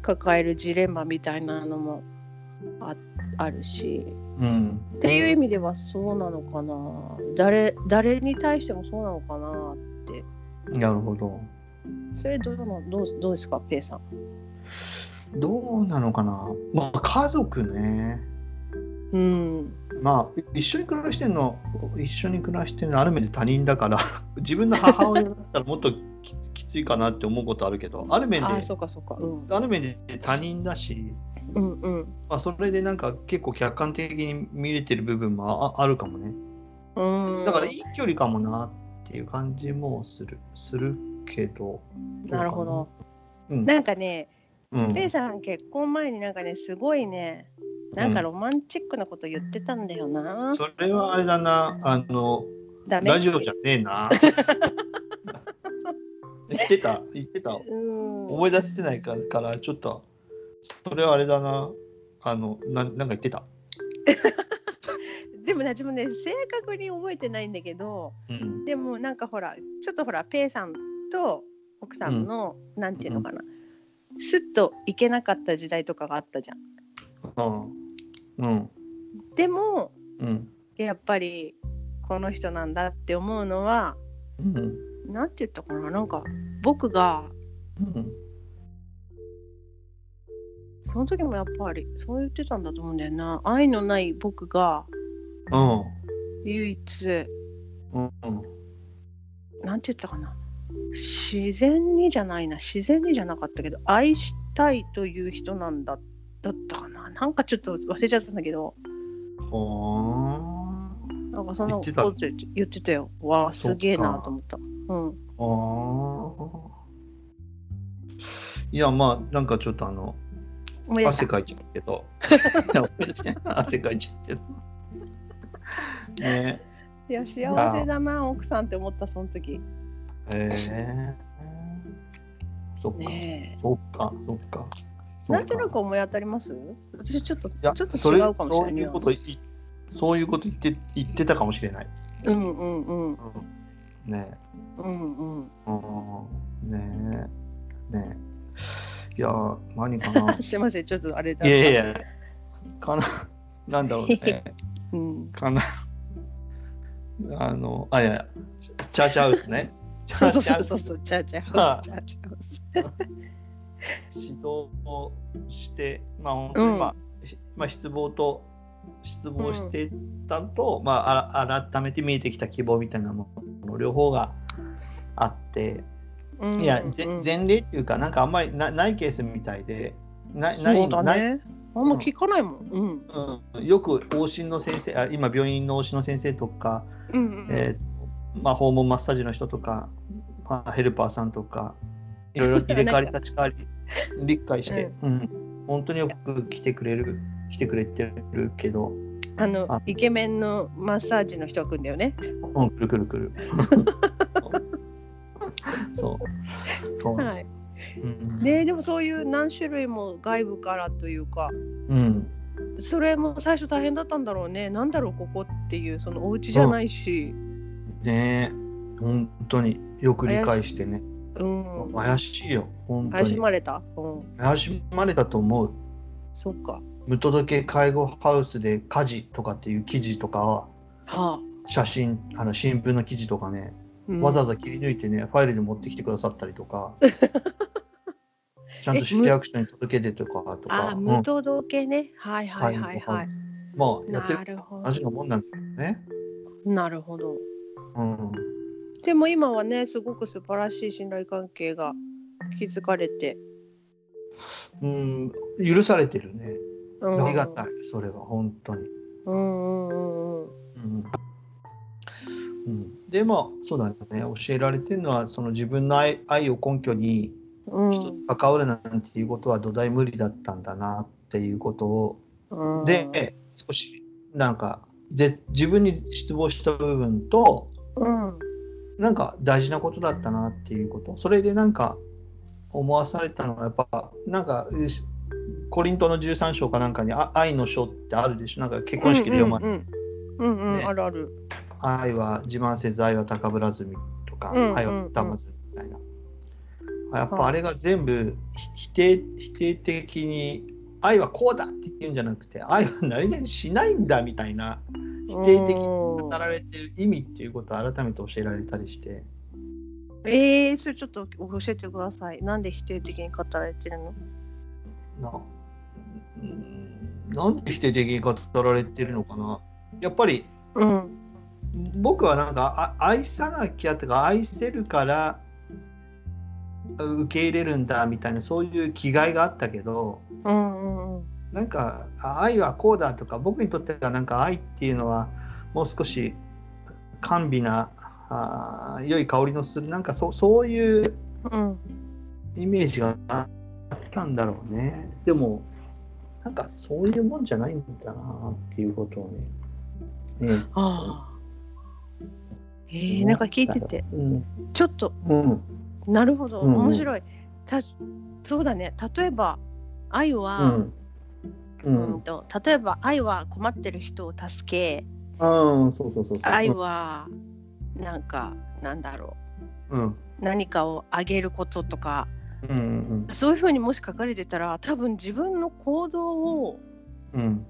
A: 抱えるジレンマみたいなのもああるし。
B: うん。
A: っていう意味ではそうなのかな誰誰に対してもそうなのかなって
B: うなるほど。
A: それどうもどうどうですかペイさん
B: どうなのかな。まあ、家族ね。
A: うん
B: まあ、一緒に暮らしてんの、一緒に暮らしてんの、ある面で他人だから、自分の母親だったらもっときつきついかなって思うことあるけど、ある面で、
A: ああそうかそうかうん
B: ある面で他人だし、
A: うんうん
B: まあ、それでなんか結構客観的に見れてる部分もああるかもね。
A: うん
B: だからいい距離かもなっていう感じもするするけど。うかな
A: なるほど
B: うん
A: なんかね
B: うん
A: ペイさん結婚前になんかねすごいねなんかロマンチックなこと言ってたんだよな、
B: それはあれだな、あの、
A: ダメ
B: ラジオじゃねえな。言ってた、言ってた。
A: うん
B: 思い出せないから、からちょっと、それはあれだな。あの、ななんか言ってた。
A: でもね自分ね正確に覚えてないんだけど
B: うん。
A: でもなんかほらちょっとほらペイさんと奥さんの、なんていうのかな、すっと行けなかった時代とかがあったじゃん
B: うん。うん。
A: でも
B: うん。
A: やっぱりこの人なんだって思うのは
B: うん。
A: なんて言ったかななんか僕が
B: うん。
A: その時もやっぱりそう言ってたんだと思うんだよな愛のない僕が
B: うん。
A: 唯一
B: うん。
A: なんて言ったかな自然にじゃないな自然にじゃなかったけど愛したいという人なんだだったかななんかちょっと忘れちゃったんだけど
B: は
A: なんかそんなこ
B: 言ってた
A: と言ってたよわあすげえなと思ったうん
B: あ。はあ。いや、まあ、なんかちょっとあの、
A: 思い出した
B: 汗かいちゃう
A: <laughs>
B: けど。 <laughs> いや思い出して汗かいちゃうけど。ね
A: いや幸せだな奥さんって思ったその時
B: え。へえ。そっか。
A: ね
B: そっか、そっか。
A: えなんとなく
B: い
A: 思い当たります私ちょっと
B: や
A: ちょっ
B: そ
A: と
B: れ
A: 違うかもしれない
B: そういうこと言ってそういうこと言って言ってたかもしれない。
A: うんうんうん
B: ねえ。
A: うんうん。
B: うんねえ。ねえ。いやー、何かな
A: すいませんちょっとあれだ
B: いやいや、かな、 <laughs> なんだろうね。
A: うん
B: かな。あの、あ、いやいや、チチャーチャーウスね。
A: <laughs>
B: チ
A: そ
B: ャ
A: う
B: ーチ
A: そ
B: ャ
A: う
B: ー
A: そうそ
B: ハウス
A: うそうチャーチャーハ
B: は
A: ウス
B: い
A: チャーチャーハウス
B: 指導をして、まあ、本当
A: うん
B: に、まあ、しまあ、失望と、失望してたのと、まあ、あら改めて見えてきた希望みたいなもの、両方があって、
A: うん
B: いや、
A: うん
B: ぜ前例っていうか、なんかあんまりなないケースみたいで、ない、ない、
A: そうだ
B: ない、
A: ね。あんま聞かないもん。うん。
B: うん、よく往診の先生あ、今、病院の往診の先生とか、
A: うん、うん。
B: えーまあ、訪問マッサージの人とか、まあ、ヘルパーさん
A: <laughs>
B: とかいろいろ入れ替わり立ち替わり理解して、うん本当によく来てくれる来てくれてるけど、
A: あの
B: あ
A: イケメンのマッサージの人が来るんだよね。
B: うん、くるく
A: <laughs>
B: るくるそうそう、
A: はい。
B: うん
A: ででもそういう何種類も外部からというか、
B: うん
A: それも最初大変だったんだろうね。なんだろうここっていうそのお家じゃないし、
B: ねえ本当によく理解してね
A: うん。
B: 怪しいよ本当
A: 怪し
B: に
A: まれた。うん。
B: 怪しまれたと思う
A: そっか。
B: 無届け介護ハウスで火事とかっていう記事とかは
A: はあ。
B: 写真あの新聞の記事とかね、
A: うん
B: わざわざ切り抜いてねファイルに持ってきてくださったりと
A: <laughs>
B: かちゃんと市役所に届けてとかと
A: あ
B: か、
A: あ、
B: うん
A: 無届けね。はいはいはいはい。
B: まあやって
A: な
B: る
A: るほ
B: 同じ
A: ど。
B: のもんなんですけどね、
A: なるほど。
B: うん、
A: でも今はねすごく素晴らしい信頼関係が築かれて、
B: うん、許されてるね
A: うん
B: ありがたいそれは本当に、
A: うんうんうん
B: うんうん、でまあそうだね教えられてるのはその自分の愛愛を根拠に
A: うん
B: 人と関わるなんていうことは土台無理だったんだなっていうことを
A: うん
B: で少しなんかぜ自分に失望した部分と
A: うん
B: なんか大事なことだったなっていうことそれでなんか思わされたのはやっぱなんかうしコリントの13章かなんかにあ「愛の書」ってあるでしょなんか結婚式で読まれる
A: うんうんうんうん
B: ね
A: あるある
B: 「愛は自慢せず愛は高ぶらずみ」とか
A: うんうんうん
B: 「愛はたまず」みたいなあやっぱあれが全部ひ否定否定的に「愛はこうだ」って言うんじゃなくて「愛は何々しないんだ」みたいな。否定的に語られてる意味っていうことを改めて教えられたりして、
A: えー、それちょっと教えてください。なんで否定的に語られてるの
B: なうんなんで否定的に語られてるのかなやっぱり
A: うん。
B: 僕はなんかあ愛さなきゃとか愛せるから受け入れるんだみたいなそういう気概があったけど
A: うんうんうん。
B: なんかあ愛はこうだとか僕にとってはなんか愛っていうのはもう少し甘美なあー良い香りのするなんかそそういう
A: うん、
B: イメージがあったんだろうねでもなんかそういうもんじゃないんだなっていうことをねね
A: ああ。えー、なんか聞いてて、
B: うん
A: ちょっと
B: うん
A: なるほど、
B: うんうん
A: 面白い。たそうだね、例えば愛
B: う
A: は、
B: んう
A: うんんと、例えば愛は困ってる人を助け、
B: うん、そうそうそうそう。
A: 愛はなんかなんだろ
B: うん。
A: う、何かをあげることとか、
B: うん
A: そういうふうにもし書かれてたら、多分自分の行動を
B: うんうん。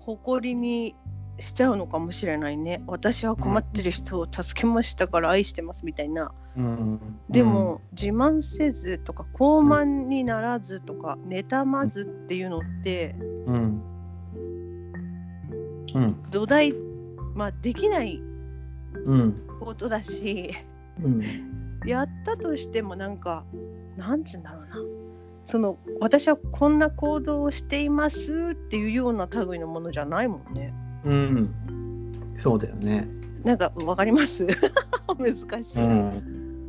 A: 誇りにしちゃうのかもしれないね。私は困ってる人を助けましたから愛してますみたいな。
B: うん。
A: でも、自慢せずとか傲慢にならずとか妬まずっていうのって
B: うん。うん。
A: 土台、まあ、できない
B: うん。
A: ことだし <laughs>
B: うん。
A: やったとしてもなんかなんつうんだろうなその私はこんな行動をしていますっていうような類のものじゃないもんね。
B: うん。そうだよね。
A: なんかわかります <laughs> 難しい。
B: うん。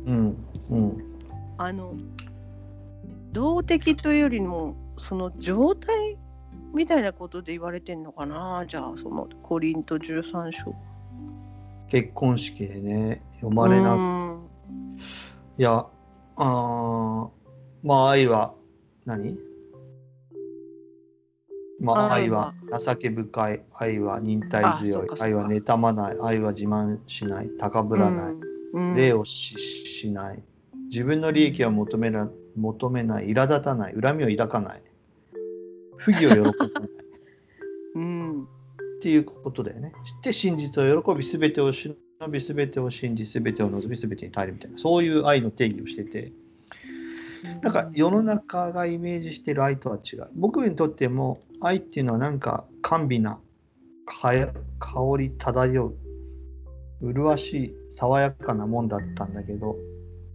B: うん。うん。
A: あの動的というよりもその状態みたいなことで言われてんのかなじゃあそのコリント13章。
B: 結婚式でね、読まれな
A: う
B: く。
A: ん
B: いや、あーまあ愛は、何まあ愛は情け深い、愛は忍耐
A: あそ
B: 強
A: う
B: い
A: かそう、か
B: 愛は妬まない、愛は自慢しない、高ぶらない。
A: うん
B: 礼をししない自分の利益は求めら求めない苛立たない恨みを抱かない不義を
A: <laughs>
B: 喜ばないっ
A: うん
B: ていうことだよね知って真実を喜び全てを忍び全てを信じ全てを望み全てに耐えるみたいなそういう愛の定義をしててなんか世の中がイメージしてる愛とは違う僕にとっても愛っていうのはなんか甘美なかや香り漂う麗しい爽やかなもんだったんだけど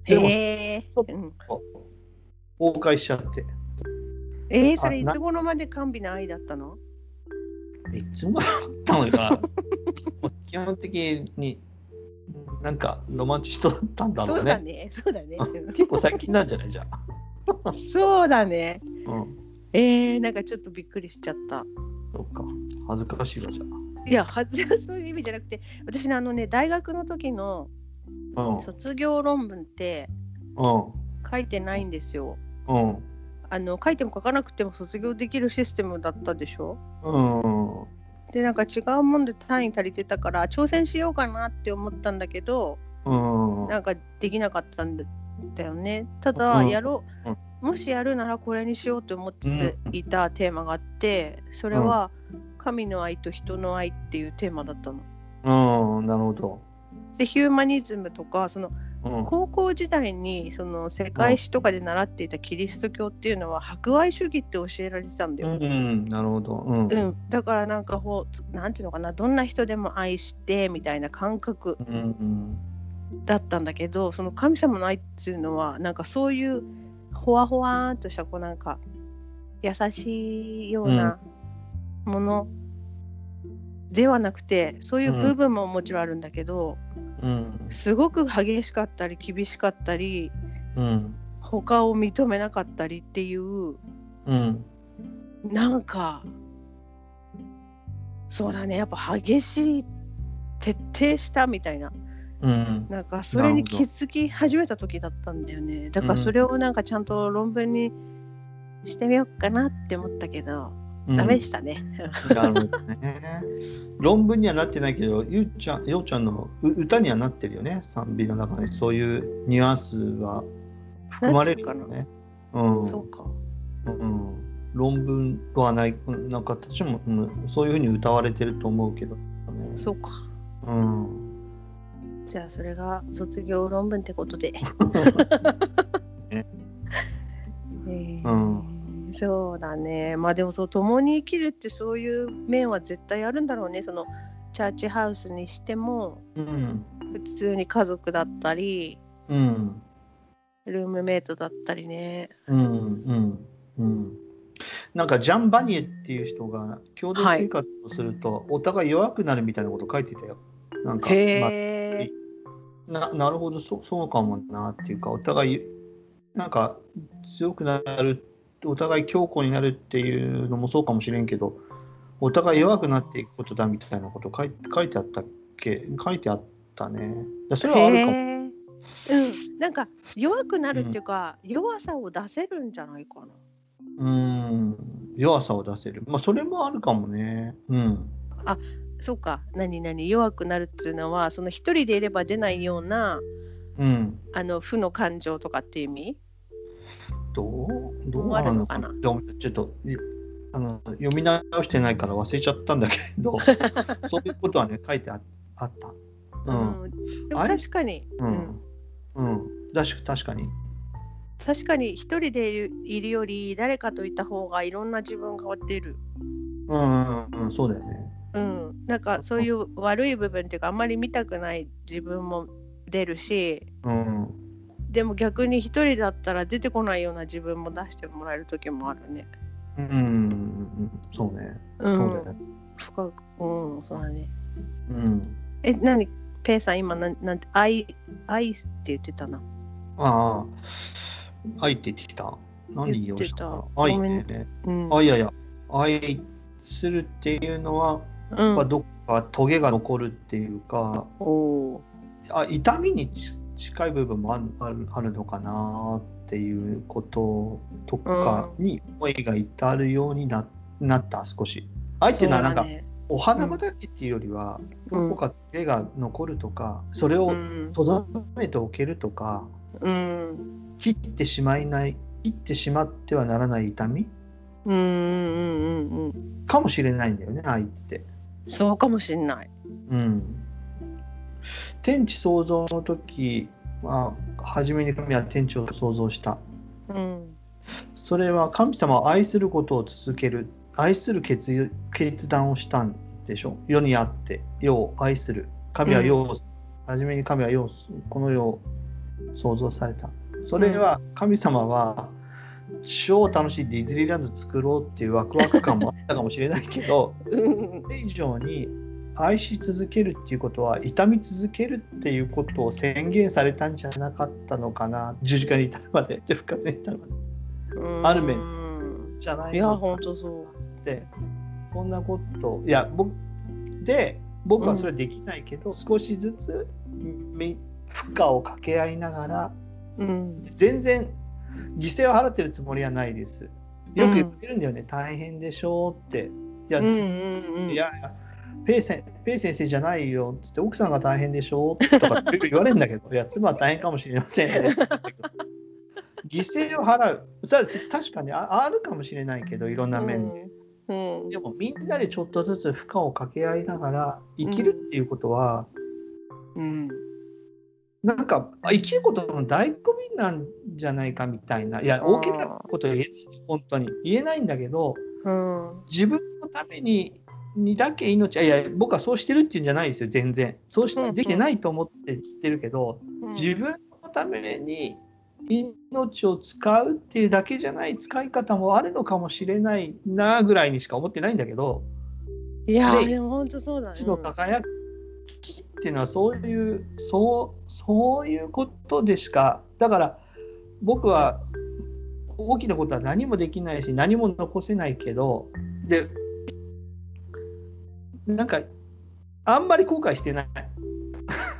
B: でも
A: へえうん
B: 崩壊しちゃって
A: えー、それい
B: あな
A: つ頃まで甘美な愛だったの
B: いつもあったのかな基本的になんかロマンチストだったんだ
A: そ
B: ろう
A: うだ
B: ね。
A: ねそうだね
B: うん結構最近なんじゃないじゃん。
A: <laughs> そうだね
B: うん。
A: えー、なんかちょっとびっくりしちゃった
B: そっか。恥ずかしいわじゃ
A: いやはず <laughs> そういう意味じゃなくて私ねあのね大学の時の
B: あ。うん。
A: 卒業論文って
B: う
A: 書いてないんですよ。
B: ん。うん。
A: あの書いても書かなくても卒業できるシステムだったでしょ
B: うん。
A: でなんか違うもんで単位足りてたから挑戦しようかなって思ったんだけど
B: うん。
A: なんかできなかったんだよねただ、
B: うん
A: やろう、
B: うん
A: もしやるならこれにしようと思っていたテーマがあってそれは「神の愛と人の愛」っていうテーマだったの。
B: うん。なるほど。
A: でヒューマニズムとかその
B: うん。
A: 高校時代にその世界史とかで習っていたキリスト教っていうのは博愛主義って教えられてたんだ
B: う
A: よ。
B: ん。なるほど。うん。
A: うんだからなんかほうなんていうのかなどんな人でも愛してみたいな感覚
B: うん。
A: だったんだけどその神様の愛っていうのはなんかそういうほわほわーんとしたこうなんか優しいようなものではなくて、そういう部分ももちろんあるんだけど、
B: うん。
A: すごく激しかったり厳しかったり
B: うん。
A: 他を認めなかったりっていう
B: うん。
A: なんかそうだねやっぱ激しい徹底したみたいな
B: うん。
A: なんかそれに
B: なるほ
A: 気
B: ど
A: づき始めた時だったんだよねだから
B: うん
A: それをなんかちゃんと論文にしてみようかなって思ったけど、
B: うん
A: ダメでした
B: <laughs>
A: ね
B: なるほどね。論文にはなってないけど、ゆうちゃん、ようちゃんのう歌にはなってるよね。賛美の中にそういうニュアンスは含まれ
A: <laughs>
B: るよね。うん。
A: そうか
B: うん。論文とはない、うんなんか私も、うんそういうふうに歌われてると思うけど、ね。
A: そうか
B: うん。
A: じゃあそれが卒業論文ってことで。
B: <laughs> ね
A: <laughs> えー
B: う
A: そうだね。まあでもそう共に生きるってそういう面は絶対あるんだろうね。そのチャーチハウスにしても
B: うん。
A: 普通に家族だったり
B: うん。
A: ルームメイトだったりね。
B: うん。うん。うん。なんかジャン・バニエっていう人が共同生活をするとお互い弱くなるみたいなこと書いてたよ。なんか、まあ
A: へえ。
B: ななるほどそそうかもなっていうかお互いなんか強くなるお互い強固になるっていうのもそうかもしれんけどお互い弱くなっていくことだみたいなこと書い書いてあったっけ書いてあったねいやそれはあるかも、
A: へえうん。なんか弱くなるっていうか、弱さを出せるんじゃないかな。
B: うん弱さを出せるまあそれもあるかもねうん
A: そうか何何弱くなるっていうのはその一人でいれば出ないような
B: うん
A: あの負の感情とかっていう意味
B: どうどうなるのかな
A: ある
B: じゃあちょっといあの読み直してないから忘れちゃったんだけ <laughs> どそういうことはね書いてああったうん
A: うん、でも
B: あれ
A: 確かに、
B: う
A: うん
B: ん、うん、確か確かに。
A: 確かに一人でいるいるより誰かといた方がいろんな自分が出る、
B: うん、うん、うん、そうだよね。
A: うん、なんかそういう悪い部分っていうかあんまり見たくない自分も出るし
B: うん、
A: でも逆に一人だったら出てこないような自分も出してもらえる時もあるね。
B: うん、うん、そうね。
A: う
B: そ
A: ん、
B: うだよね。
A: 深く、うん、そうだね。
B: うん。
A: え、なに、ペイさん、今、なん、なんて、愛、愛って言ってたな。
B: ああ、愛って言ってきた。何言おうとした
A: 言っ
B: か
A: てた
B: 愛
A: ごめん
B: ってね。
A: うん。
B: あ、いやいや、愛するっていうのは、
A: う
B: やっぱ
A: ん、
B: どっかトゲが残るっていうか、
A: おお
B: あ痛みにち近い部分もあるあるあるのかなっていうこととかに思いが至るようにな,、なった少し。愛っ
A: ー。
B: ていうのはなん
A: そ
B: か
A: うだね
B: お花畑っていうよりは、
A: うん
B: どこか手が残るとかそれを
A: うん
B: とどめておけるとか、
A: うん。
B: 切ってしまいない切ってしまってはならない痛み
A: うんうんうんうんうん。
B: かもしれないんだよね愛って。
A: そうかもしんない。
B: うん、天地創造の時は初めに神は天地を創造した
A: うん。
B: それは神様を愛することを続ける愛する決決断をしたんでしょ世にあって世を愛する神は世を、初めに神は世をこの世を創造されたそれは神様は超楽しいディズニーランド作ろうっていうワクワク感もあったかもしれないけど
A: うん
B: そ。れ以上に愛し続けるっていうことは痛み続けるっていうことを宣言されたんじゃなかったのかな十字架に至るまでで復活に至るまで
A: うん
B: ある面。じゃないい
A: や、
B: のか
A: 本当そう。
B: ってそんなこといや僕で僕はそれはできないけど、少しずつみ負荷をかけ合いながら
A: うん。
B: 全然犠牲を払ってるつもりはないですよく言ってるんだよね、大変でしょうっていや、
A: うんう
B: い
A: んうん。
B: やいやペイ先ペイ先生じゃないよっつって奥さんが大変でしょうとかって言われるんだけど <laughs> いや妻は大変かもしれませ
A: <laughs>
B: んね犠牲を払うそれは確かにああるかもしれないけどいろんな面で、
A: うん。うん
B: でもみんなでちょっとずつ負荷をかけ合いながら生きるっていうことは、
A: うん。
B: なんかあ生きることの醍醐味なんじゃないかみたいないや
A: あー
B: 大きなことは言えない本当に言えないんだけど
A: うん。
B: 自分のためににだけ命いやいや僕はそうしてるっていうんじゃないですよ全然そうし
A: うんう
B: て
A: ん
B: できてないと思って言ってるけど、自分のために命を使うっていうだけじゃない使い方もあるのかもしれないなぐらいにしか思ってないんだけど。
A: いや
B: で
A: でも本当そうだね。
B: 地の輝きっていうのはそういうそうそういうことでしかだから僕は大きなことは何もできないし何も残せないけどでなんかあんまり後悔してない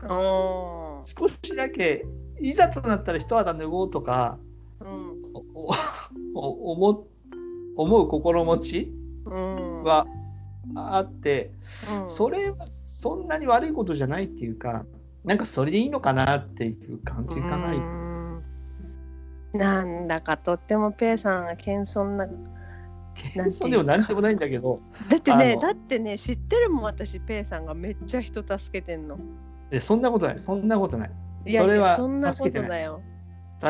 A: うん
B: 少しだけいざとなったら一肌脱ごうとか
A: うん
B: おお思思う心持ち
A: うん。
B: はあって。
A: うん、
B: それはそんなに悪いことじゃないっていうか、なんかそれでいいのかなっていう感じかな
A: うー
B: い。
A: んなんだかとってもペイさんが謙遜な
B: そうでもなんでもないんだけど、
A: だってね
B: あの
A: だってね知ってるもん私ペイさんがめっちゃ人助けてんの
B: でそんなことないそんなことない
A: いや
B: それはい
A: やそんなこ
B: 助け
A: と
B: てない
A: だよ。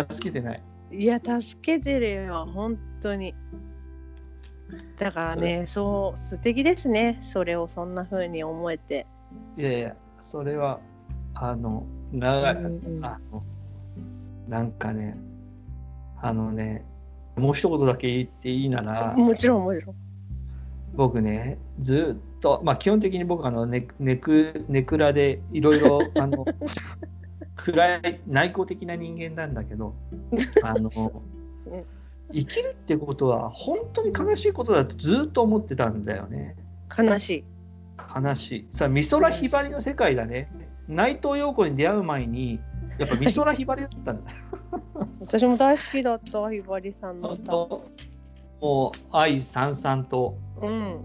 B: 助けてない
A: いや助けてるよ本当に。だからねそう素敵ですねそれをそんな風に思えて。
B: いやいやそれはあの長い、
A: うんうん
B: あのなんかねあのねもう一言だけ言っていいなら
A: もちろんもちろん。
B: 僕ねずっとまあ基本的に僕あのネネクネクラでいろいろあ <laughs> の暗い内向的な人間なんだけ <laughs> どあの
A: うん
B: 生きるってことは本当に悲しいことだとずっと思ってたんだよね
A: 悲しい。
B: 悲しいさあ美空ひばりの世界だね内藤陽子に出会う前にやっぱ美空ひばりだったんだ
A: 私も大好きだったひばりさんの
B: <laughs> 本
A: 歌。
B: 当もう愛さんさんと、
A: うん。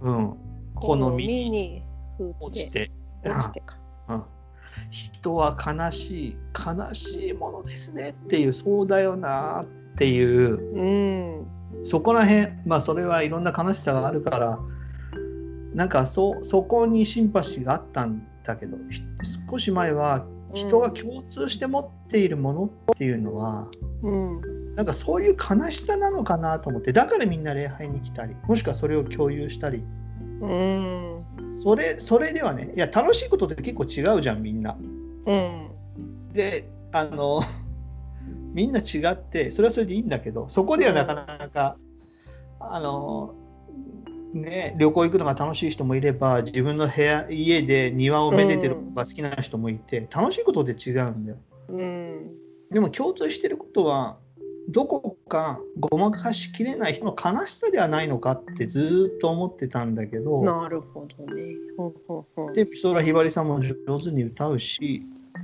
B: うん、好みに
A: に降っ
B: 落
A: て
B: ちて
A: 落ちてか。
B: うん人は悲しい悲しいものですねっていうそうだよなっていう
A: うん。
B: そこら辺まあそれはいろんな悲しさがあるからなんかそそこにシンパシーがあったんだけどひ少し前は人が共通して持っているものっていうのは、
A: うん。
B: なんかそういう悲しさなのかなと思ってだからみんな礼拝に来たりもしくはそれを共有したり
A: うん。
B: それそれではねいや楽しいことって結構違うじゃんみんな。
A: うん。
B: であの <laughs> みんな違ってそれはそれでいいんだけどそこではなかなか、あのね旅行行くのが楽しい人もいれば自分の部屋家で庭をめでてるのが好きな人もいて、楽しいことで違うんだよ
A: うん。
B: でも共通してることはどこかごまかしきれない人の悲しさではないのかってずーっと思ってたんだけど
A: なるほどね。ほんほんほん。
B: で美空ひばりさんも上手に歌うし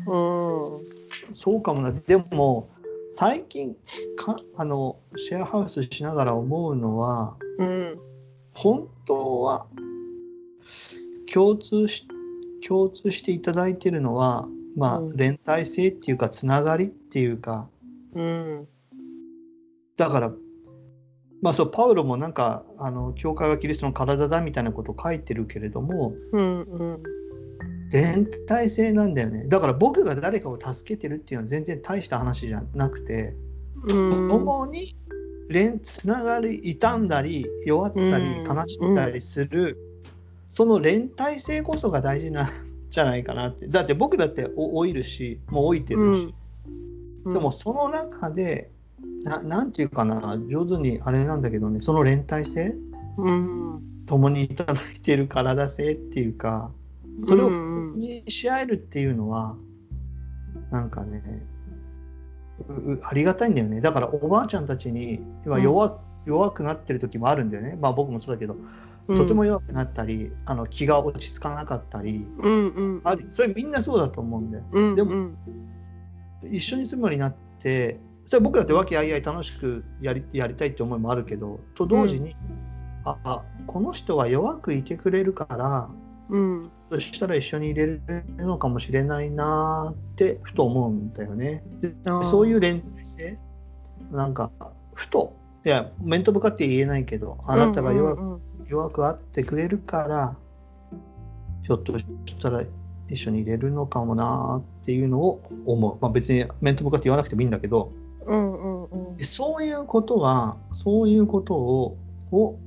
A: うん。
B: そうかもな。でも、最近かあの、シェアハウスしながら思うのは、
A: うん。
B: 本当は共通し、共通していただいてるのは、まあ
A: う、ん
B: 連帯性っていうか、つながりっていうか、
A: うん。
B: だから、まあそう、パウロもなんか、あの、教会はキリストの体だみたいなことを書いてるけれども、
A: うん。うん。
B: 連帯性なんだよね。だから僕が誰かを助けてるっていうのは全然大した話じゃなくて、
A: うん。
B: 共に連つながり傷んだり弱ったり
A: うん
B: 悲しんだりする、その連帯性こそが大事なんじゃないかなってだって僕だってお老いるしもう老いてるし、
A: うん
B: でも、その中でななんていうかな上手にあれなんだけどねその連帯性
A: うん。
B: 共にいただいている体性っていうかそれを確認し合えるっていうのは、なんかねううありがたいんだよねだからおばあちゃんたちに今
A: うん
B: 弱,、弱くなってる時もあるんだよねまあ僕もそうだけど、とても弱くなったりあの気が落ち着かなかったり
A: うん。うん。
B: あるそれみんなそうだと思うんだよ
A: うん。
B: でも、一緒に住むようになってそれは僕だって和気あいあい楽しくやりやりたいって思いもあるけどと同時に、ああこの人は弱くいてくれるから
A: うん。。
B: そしたら一緒に入れるのかもしれないなーってふと思うんだよね。でそういうう連帯性なんかふといや面と向かって言えないけどあなたが弱,、
A: うん。
B: 弱くあってくれるからひょっとしたら一緒に入れるのかもなーっていうのを思う、まあ、別に面と向かって言わなくてもいいんだけど
A: うん。うん
B: で。そういうことはそういうことをを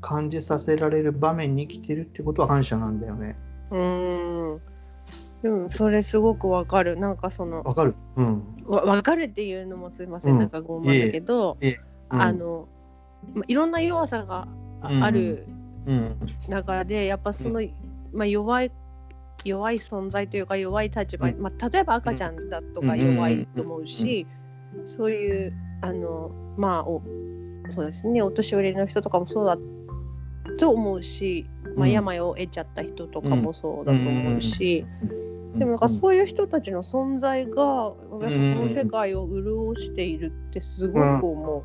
B: 感じさせられる場面に来てるってことは感謝なんだよね。
A: うん。でも、それすごくわかる。なんか、その。
B: わかる、うん
A: わ分かるっていうのもすいません、
B: うん
A: なんか傲慢だけど、
B: いえいえうん
A: あの、まあ、いろんな弱さがあ
B: うん
A: ある
B: うん
A: 中で、やっぱその、まあ、弱い弱い存在というか弱い立場、
B: うん
A: まあ、例えば赤ちゃんだと
B: う
A: か
B: んうん
A: 弱いと思うし、そういうあのまあおそうですねお年寄りの人とかもそうだと思うし、まあ、
B: うん
A: 病を得ちゃった人とかもそうだと思うし。でもなんかそういう人たちの存在が、こ
B: ん
A: の世界を潤しているってすごく思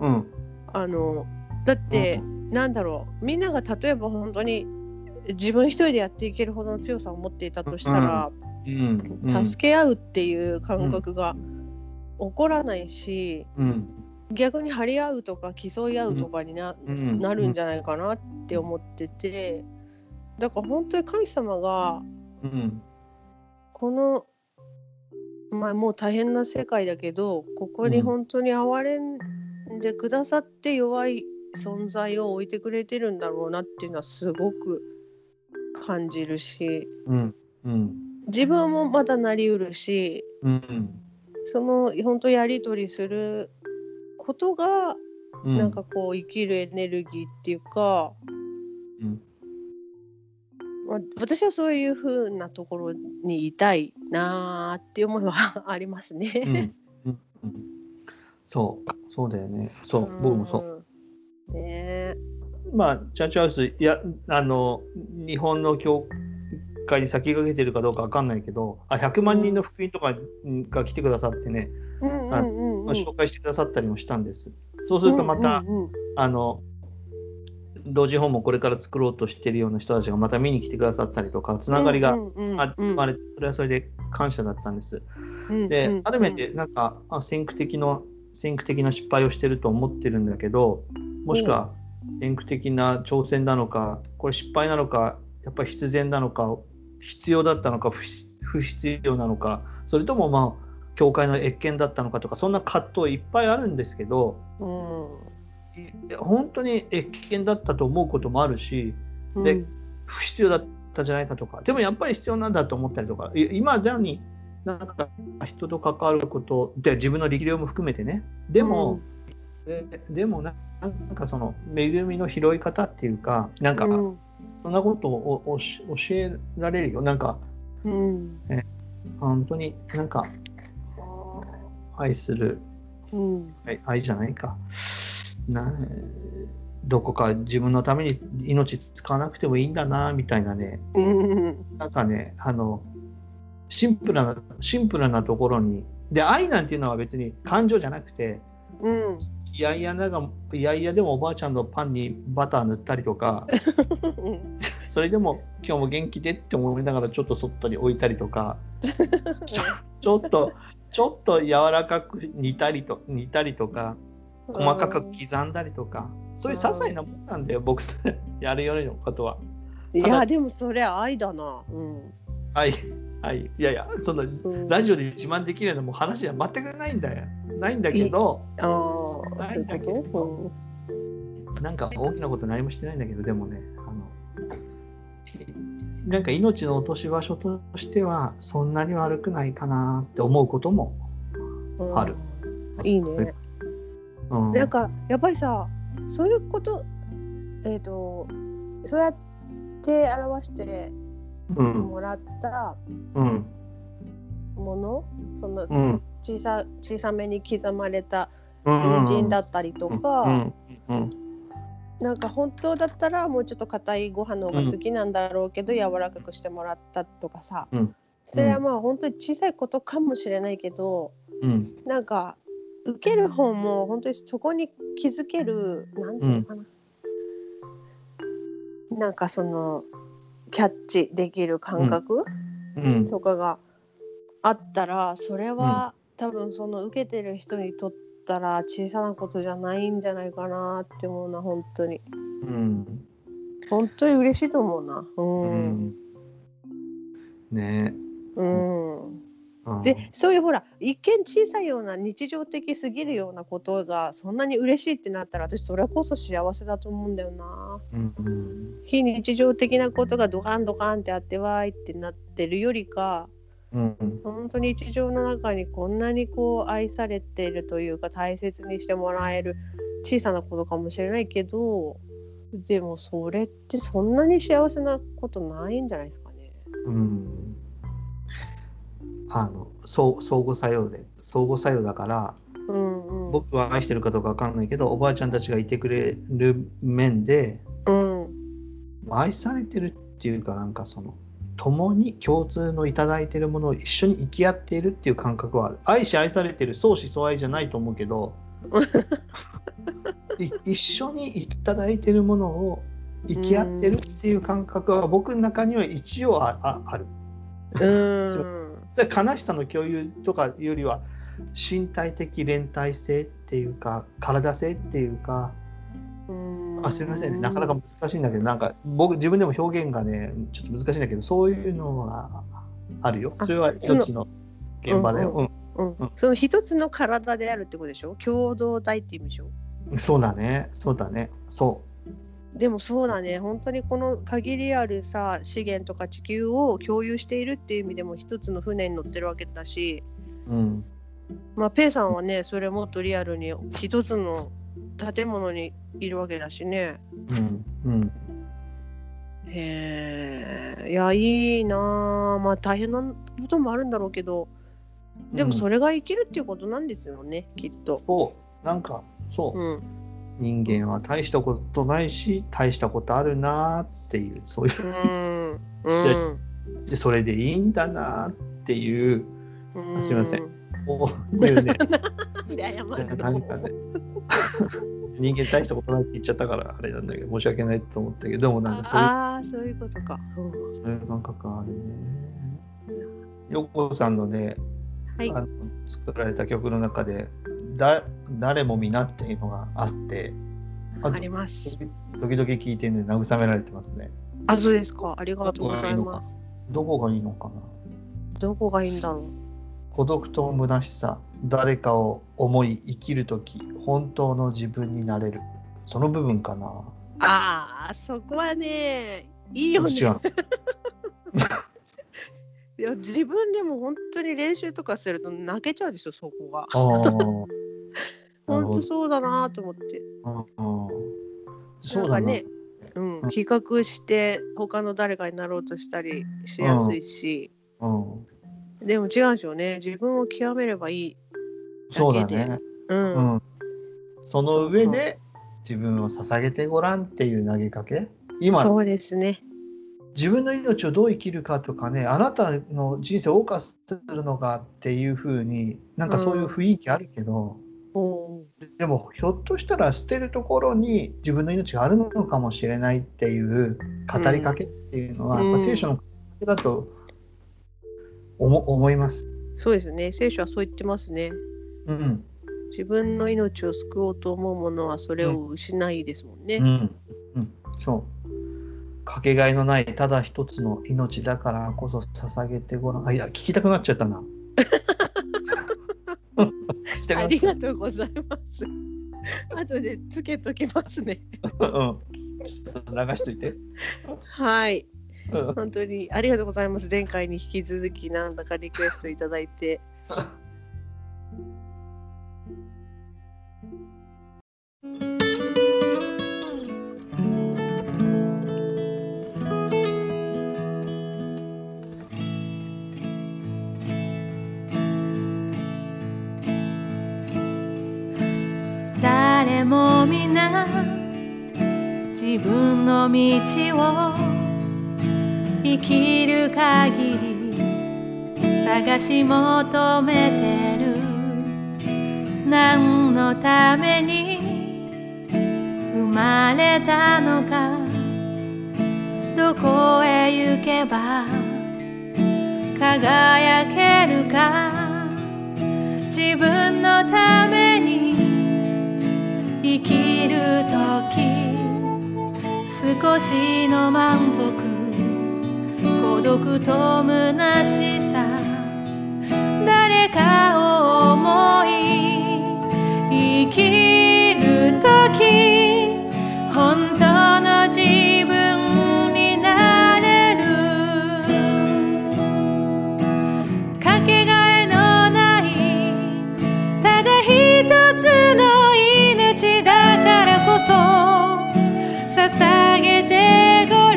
A: う。
B: うん、うん
A: あのだって、なんだろうみんなが例えば本当に自分一人でやっていけるほどの強さを持っていたとしたら、
B: うんうん、
A: 助け合うっていう感覚が起こらないし、
B: うん
A: 逆に張り合うとか競い合うとかにな,、
B: うん
A: なるんじ
B: ゃ
A: ゃないかなって思っててだから本当に神様が
B: うん
A: この、まあ、もう大変な世界だけどここに
B: うん
A: 本当に憐れんでくださって弱い存在を置いてくれてるんだろうなっていうのはすごく感じるし
B: うんうん
A: 自分もまだなりうるし
B: うん
A: その本当やり取りすることが
B: うん
A: なんかこう生きるエネルギーっていうか、
B: うん
A: まあ、私はそういう風なところにいたいなーっていう思いはあります
B: う
A: ね。
B: んうんうんそうそうだよねそう僕もそう
A: うん。ねえ
B: まあチャーチハウスいやあの日本の教会に先駆けてるかどうかわかんないけどあ100万人の福音とかうんが来てくださってね、
A: うんうんうんうん。
B: まあ、紹介してくださったりもしたんですそうするとまた、
A: うんうんうん
B: あの老人ホームをこれから作ろうとしてるような人たちがまた見に来てくださったりとかつながりが
A: うんうんうんうん
B: あ生まれてそれはそれで感謝だったんです。
A: うん
B: で、
A: うんうん
B: ある面でなんかあ先駆的の先駆的な失敗をしてると思ってるんだけどもしくは先駆的な挑戦なのかこれ失敗なのかやっぱり必然なのか必要だったのか不必不必要なのかそれともまあ教会の越見だったのかとかそんな葛藤いっぱいあるんですけど
A: うん
B: い本当に越見だったと思うこともあるし
A: うん
B: で不必要だったじゃないかとかでもやっぱり必要なんだと思ったりとかい今なのになんか人と関わることで自分の力量も含めてねでも、ででもななんかその恵みの拾い方っていうかなんか
A: うん
B: そんなことをおおし教えられるよなんか
A: うん
B: 本当になんか愛する
A: うん
B: 愛愛じゃないかなどこか自分のために命使わなくてもいいんだなみたいなね
A: うん
B: なんかね、あの、シンプルな、シンプルなところに、で、愛なんていうのは別に感情じゃなくて、
A: うん
B: いやいやなんか、いやいやでもおばあちゃんのパンにバター塗ったりとか、それでも今日も元気でって思いながらちょっとそっとに置いたりとか、ちょちょっと、ちょっと柔らかく煮たりと、煮たりとか、 <laughs> 細かく刻んだりとか、そういう些細なもんなんだよ、僕、やるよりのことは。
A: い
B: た
A: や
B: だ
A: でもそれ愛だな。うん
B: はい、はい、いやいや、その、
A: うん
B: ラジオで自慢できるようなもう話じゃ全くないんだよ。ないんだけど、
A: ああそういう
B: ないんだけ
A: こ
B: どなんか大きなこと何もしてないんだけど、でもね、あの、いなんか命の落とし場所としては、そんなに悪くないかなって思うことも、
A: と、うん
B: ある
A: いいね。
B: うん、
A: なんかやっぱりさそういうことえっ、とそうやって表して
B: うん、
A: もらった
B: うん、
A: もの、その
B: うん、
A: 小さ小さめに刻まれた
B: うん、
A: 人参だったりとか、
B: うん、うん、
A: なんか本当だったらもうちょっと硬いご飯の方が好きなんだろうけど、柔らかくしてもらったとかさ、
B: うん
A: それはまあ本当に小さいことかもしれないけど
B: うん、
A: なんか受ける方も本当にそこに気づけるなんていうのかな、なんかそのキャッチできる感覚
B: うん、
A: とかがあったらそれは多分その受けてる人にとったら小さなことじゃないんじゃないかなって思うな本当に。
B: うん。
A: 本当に嬉しいと思うな。う。
B: うんんね
A: うん。
B: うん
A: で、そういうほら、一見小さいような日常的すぎるようなことが、そんなに嬉しいってなったら、私それこそ幸せだと思うんだよな。
B: うんうん
A: 非日常的なことがドカンドカンってあってわーいってなってるよりか。
B: うん
A: 本当に日常の中にこんなにこう愛されているというか大切にしてもらえる小さなことかもしれないけどでもそれってそんなに幸せなことないんじゃないですかね。
B: うんあの相相互作用で相互作用だから
A: うんうん、
B: 僕は愛してるかどうかわかんないけどおばあちゃんたちがいてくれる面で
A: うん、
B: 愛されてるっていうかなんかその共に共通のいただいてるものを一緒に生き合っているっていう感覚はある愛し愛されてる相思相愛じゃないと思うけどい一緒にいただいてるものを生き合ってるっていう感覚は僕の中には一応ああある
A: う
B: そ
A: ん
B: それ悲しさの共有とかよりは身体的連帯性っていうか体性っていうか
A: うん
B: あすみませんねなかなか難しいんだけどなんか僕自分でも表現がねちょっと難しいんだけどそういうのはあるよ。
A: あ
B: それは一つの現場で、
A: うん
B: う
A: うん
B: んうん
A: その一つの体であるってことでしょ共同体って意味でしょ
B: そうだね、そうだね、そ
A: でもそうだね本当にこの限りあるさ資源とか地球を共有しているっていう意味でも一つの船に乗ってるわけだし、
B: う。うん、
A: まあ、ペイさんはねそれもっとリアルに一つの建物にいるわけだしね。
B: うん、うん。
A: へえいやいいなあまあ大変なこともあるんだろうけどでもそ
B: れ、
A: れが生きるっていうことなんですよね、きっと。
B: そう、なんか、そう、
A: うん
B: 人間は大したことないし、大したことあるなーっていう、そういう
A: うん
B: や
A: うん
B: でそれでいいんだなーっ
A: <laughs>
B: ていう、
A: う
B: すいません。こういうね、
A: 羨ましい
B: なん
A: <laughs>
B: かね。人間大したことないって言っちゃったからあれなんだけど申し訳ないと思ったけどでもなんか
A: ああそういうことか。
B: そういうそういう感覚あるね。よこさんのね
A: はい。
B: あの作られた曲の中でだ「誰も皆」っていうのがあってあ
A: あります。
B: 時々聴いてね慰められてますね。
A: あ、そうですか。ありがとうご
B: どこが
A: ざ
B: いい
A: い
B: の
A: ま
B: か
A: す。
B: どこがいいのかな
A: どこがいいんだろう。
B: 孤独と虚しさ誰かを思い生きる時本当の自分になれるその部分かな
A: ああ、そこはね、いい
B: 違
A: よ
B: う
A: ね。 <laughs> いや自分でも本当に練習とかすると泣けちゃうでしょ、そこが。
B: あーなる
A: 本
B: ほど
A: 当そうだなと思って。
B: うんそうだ
A: なんか
B: ね
A: ねうん、比較して他の誰かになろうとしたりしやすいし、
B: うん、
A: でも違うんですよね。自分を極めればいい。
B: そうだ
A: だ
B: ね、
A: う。
B: うんんその上で自分を捧げてごらんっていう投げかけ今
A: そうですね。
B: 自分の命をどう生きるかとかねあなたの人生を謳歌するのかっていうふうになんかそういう雰囲気あるけど、
A: おー
B: でもひょっとしたら捨てるところに自分の命があるのかもしれないっていう語りかけっていうのは、
A: うん
B: やっぱ聖書の語りかけだと思思います。
A: そうですね。聖書はそう言ってますね。
B: うん
A: 自分の命を救おうと思うものはそれを失いですもんね。
B: うんうん、そうかけがえのないただ一つの命だからこそ捧げてごらんあいや聞きたくなっちゃったな。聞きたくな
A: あ
B: っちゃ
A: り
B: った
A: がとうござい
B: <laughs>
A: ます。後でつけときますね。
B: <laughs> うんちょっと流しといて。
A: はい。
B: うん
A: 本当にありがとうございます。前回に引き続きなんだかリクエストいただいて。
C: 誰も皆自分の道を生きる限り探し求めてる何のために生まれたのかどこへ行けば輝けるか自分のために生きる時少しの満足孤独と虚しさ誰かを思い生きる時本当の自分になれるかけがえのないただ一つの命だからこそ捧げてごらん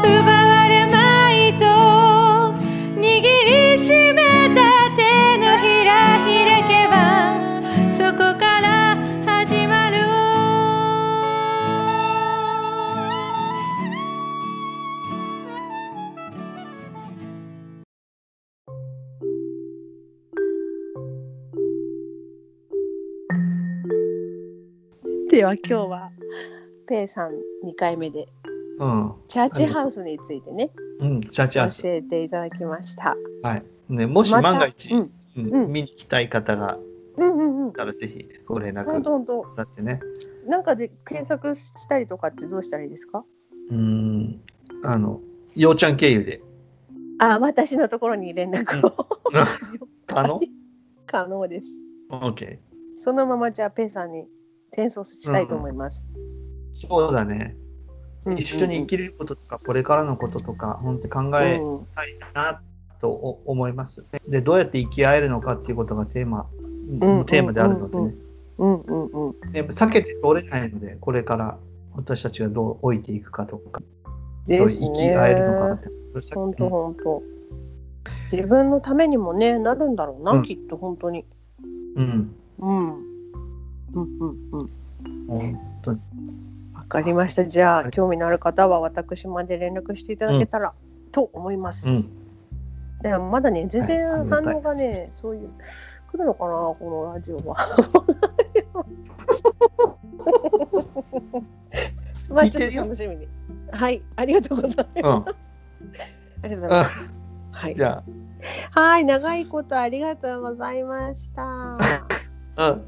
C: 奪われまいと握りしめた手のひら開けばそこから始まる
A: では今日はペイさん2回目で
B: うん
A: チャーチハウスについてね
B: うん、チャーチアース。
A: 教えていただきました。
B: はい。ね、もし
A: また
B: 万が一、
A: うん
B: うん
A: うん
B: 見に来たい方が
A: うんうんうん
B: い。たら、ぜひご連絡
A: 本当本当。
B: させてね。
A: なんかで検索したりとかってどうしたらいいですか？
B: うーん、あの、ようちゃん経由で。
A: あ、私のところに連絡を。
B: 可能
A: <laughs> 可能です。
B: ?OK。
A: そのままじゃあペイさんに転送したいと思います。
B: そうだね。一緒に生きることとか、これからのこととか、本当に考え
A: うん
B: たいなとお思います。で、どうやって生き合えるのかっていうことがテーマ、
A: うん
B: テーマであるので
A: うん
B: ね。
A: うんうんうん。
B: やっぱ避けて通れないので、これから私たちがどう置いていくかとか、どう
A: ですね。
B: 生き合えるのかって。
A: 本当本当。自分のためにもねなるんだろうな、
B: うん
A: きっと本当に。
B: うん。
A: うん。うんうんうん。
B: 本当に。
A: わかりました。じゃ
B: は
A: あ
B: い
A: 興味のある方は私まで連絡していただけたら、と思います。 <laughs>
B: うん。
A: でもまだね全然
B: はいあ
A: 反
B: りがたい
A: 応がね、そういう来るのかなこのラジオ
B: <laughs>
A: は。まあ
B: 聞い
A: ちょ
B: て
A: っ
B: る
A: と
B: よ
A: 楽しみに。はいありがとうございます。
B: うん。
A: ありがとうございま
B: あ
A: す。はい
B: じ。ゃ
A: はい、長いことありがとうございました。
B: あ、うん。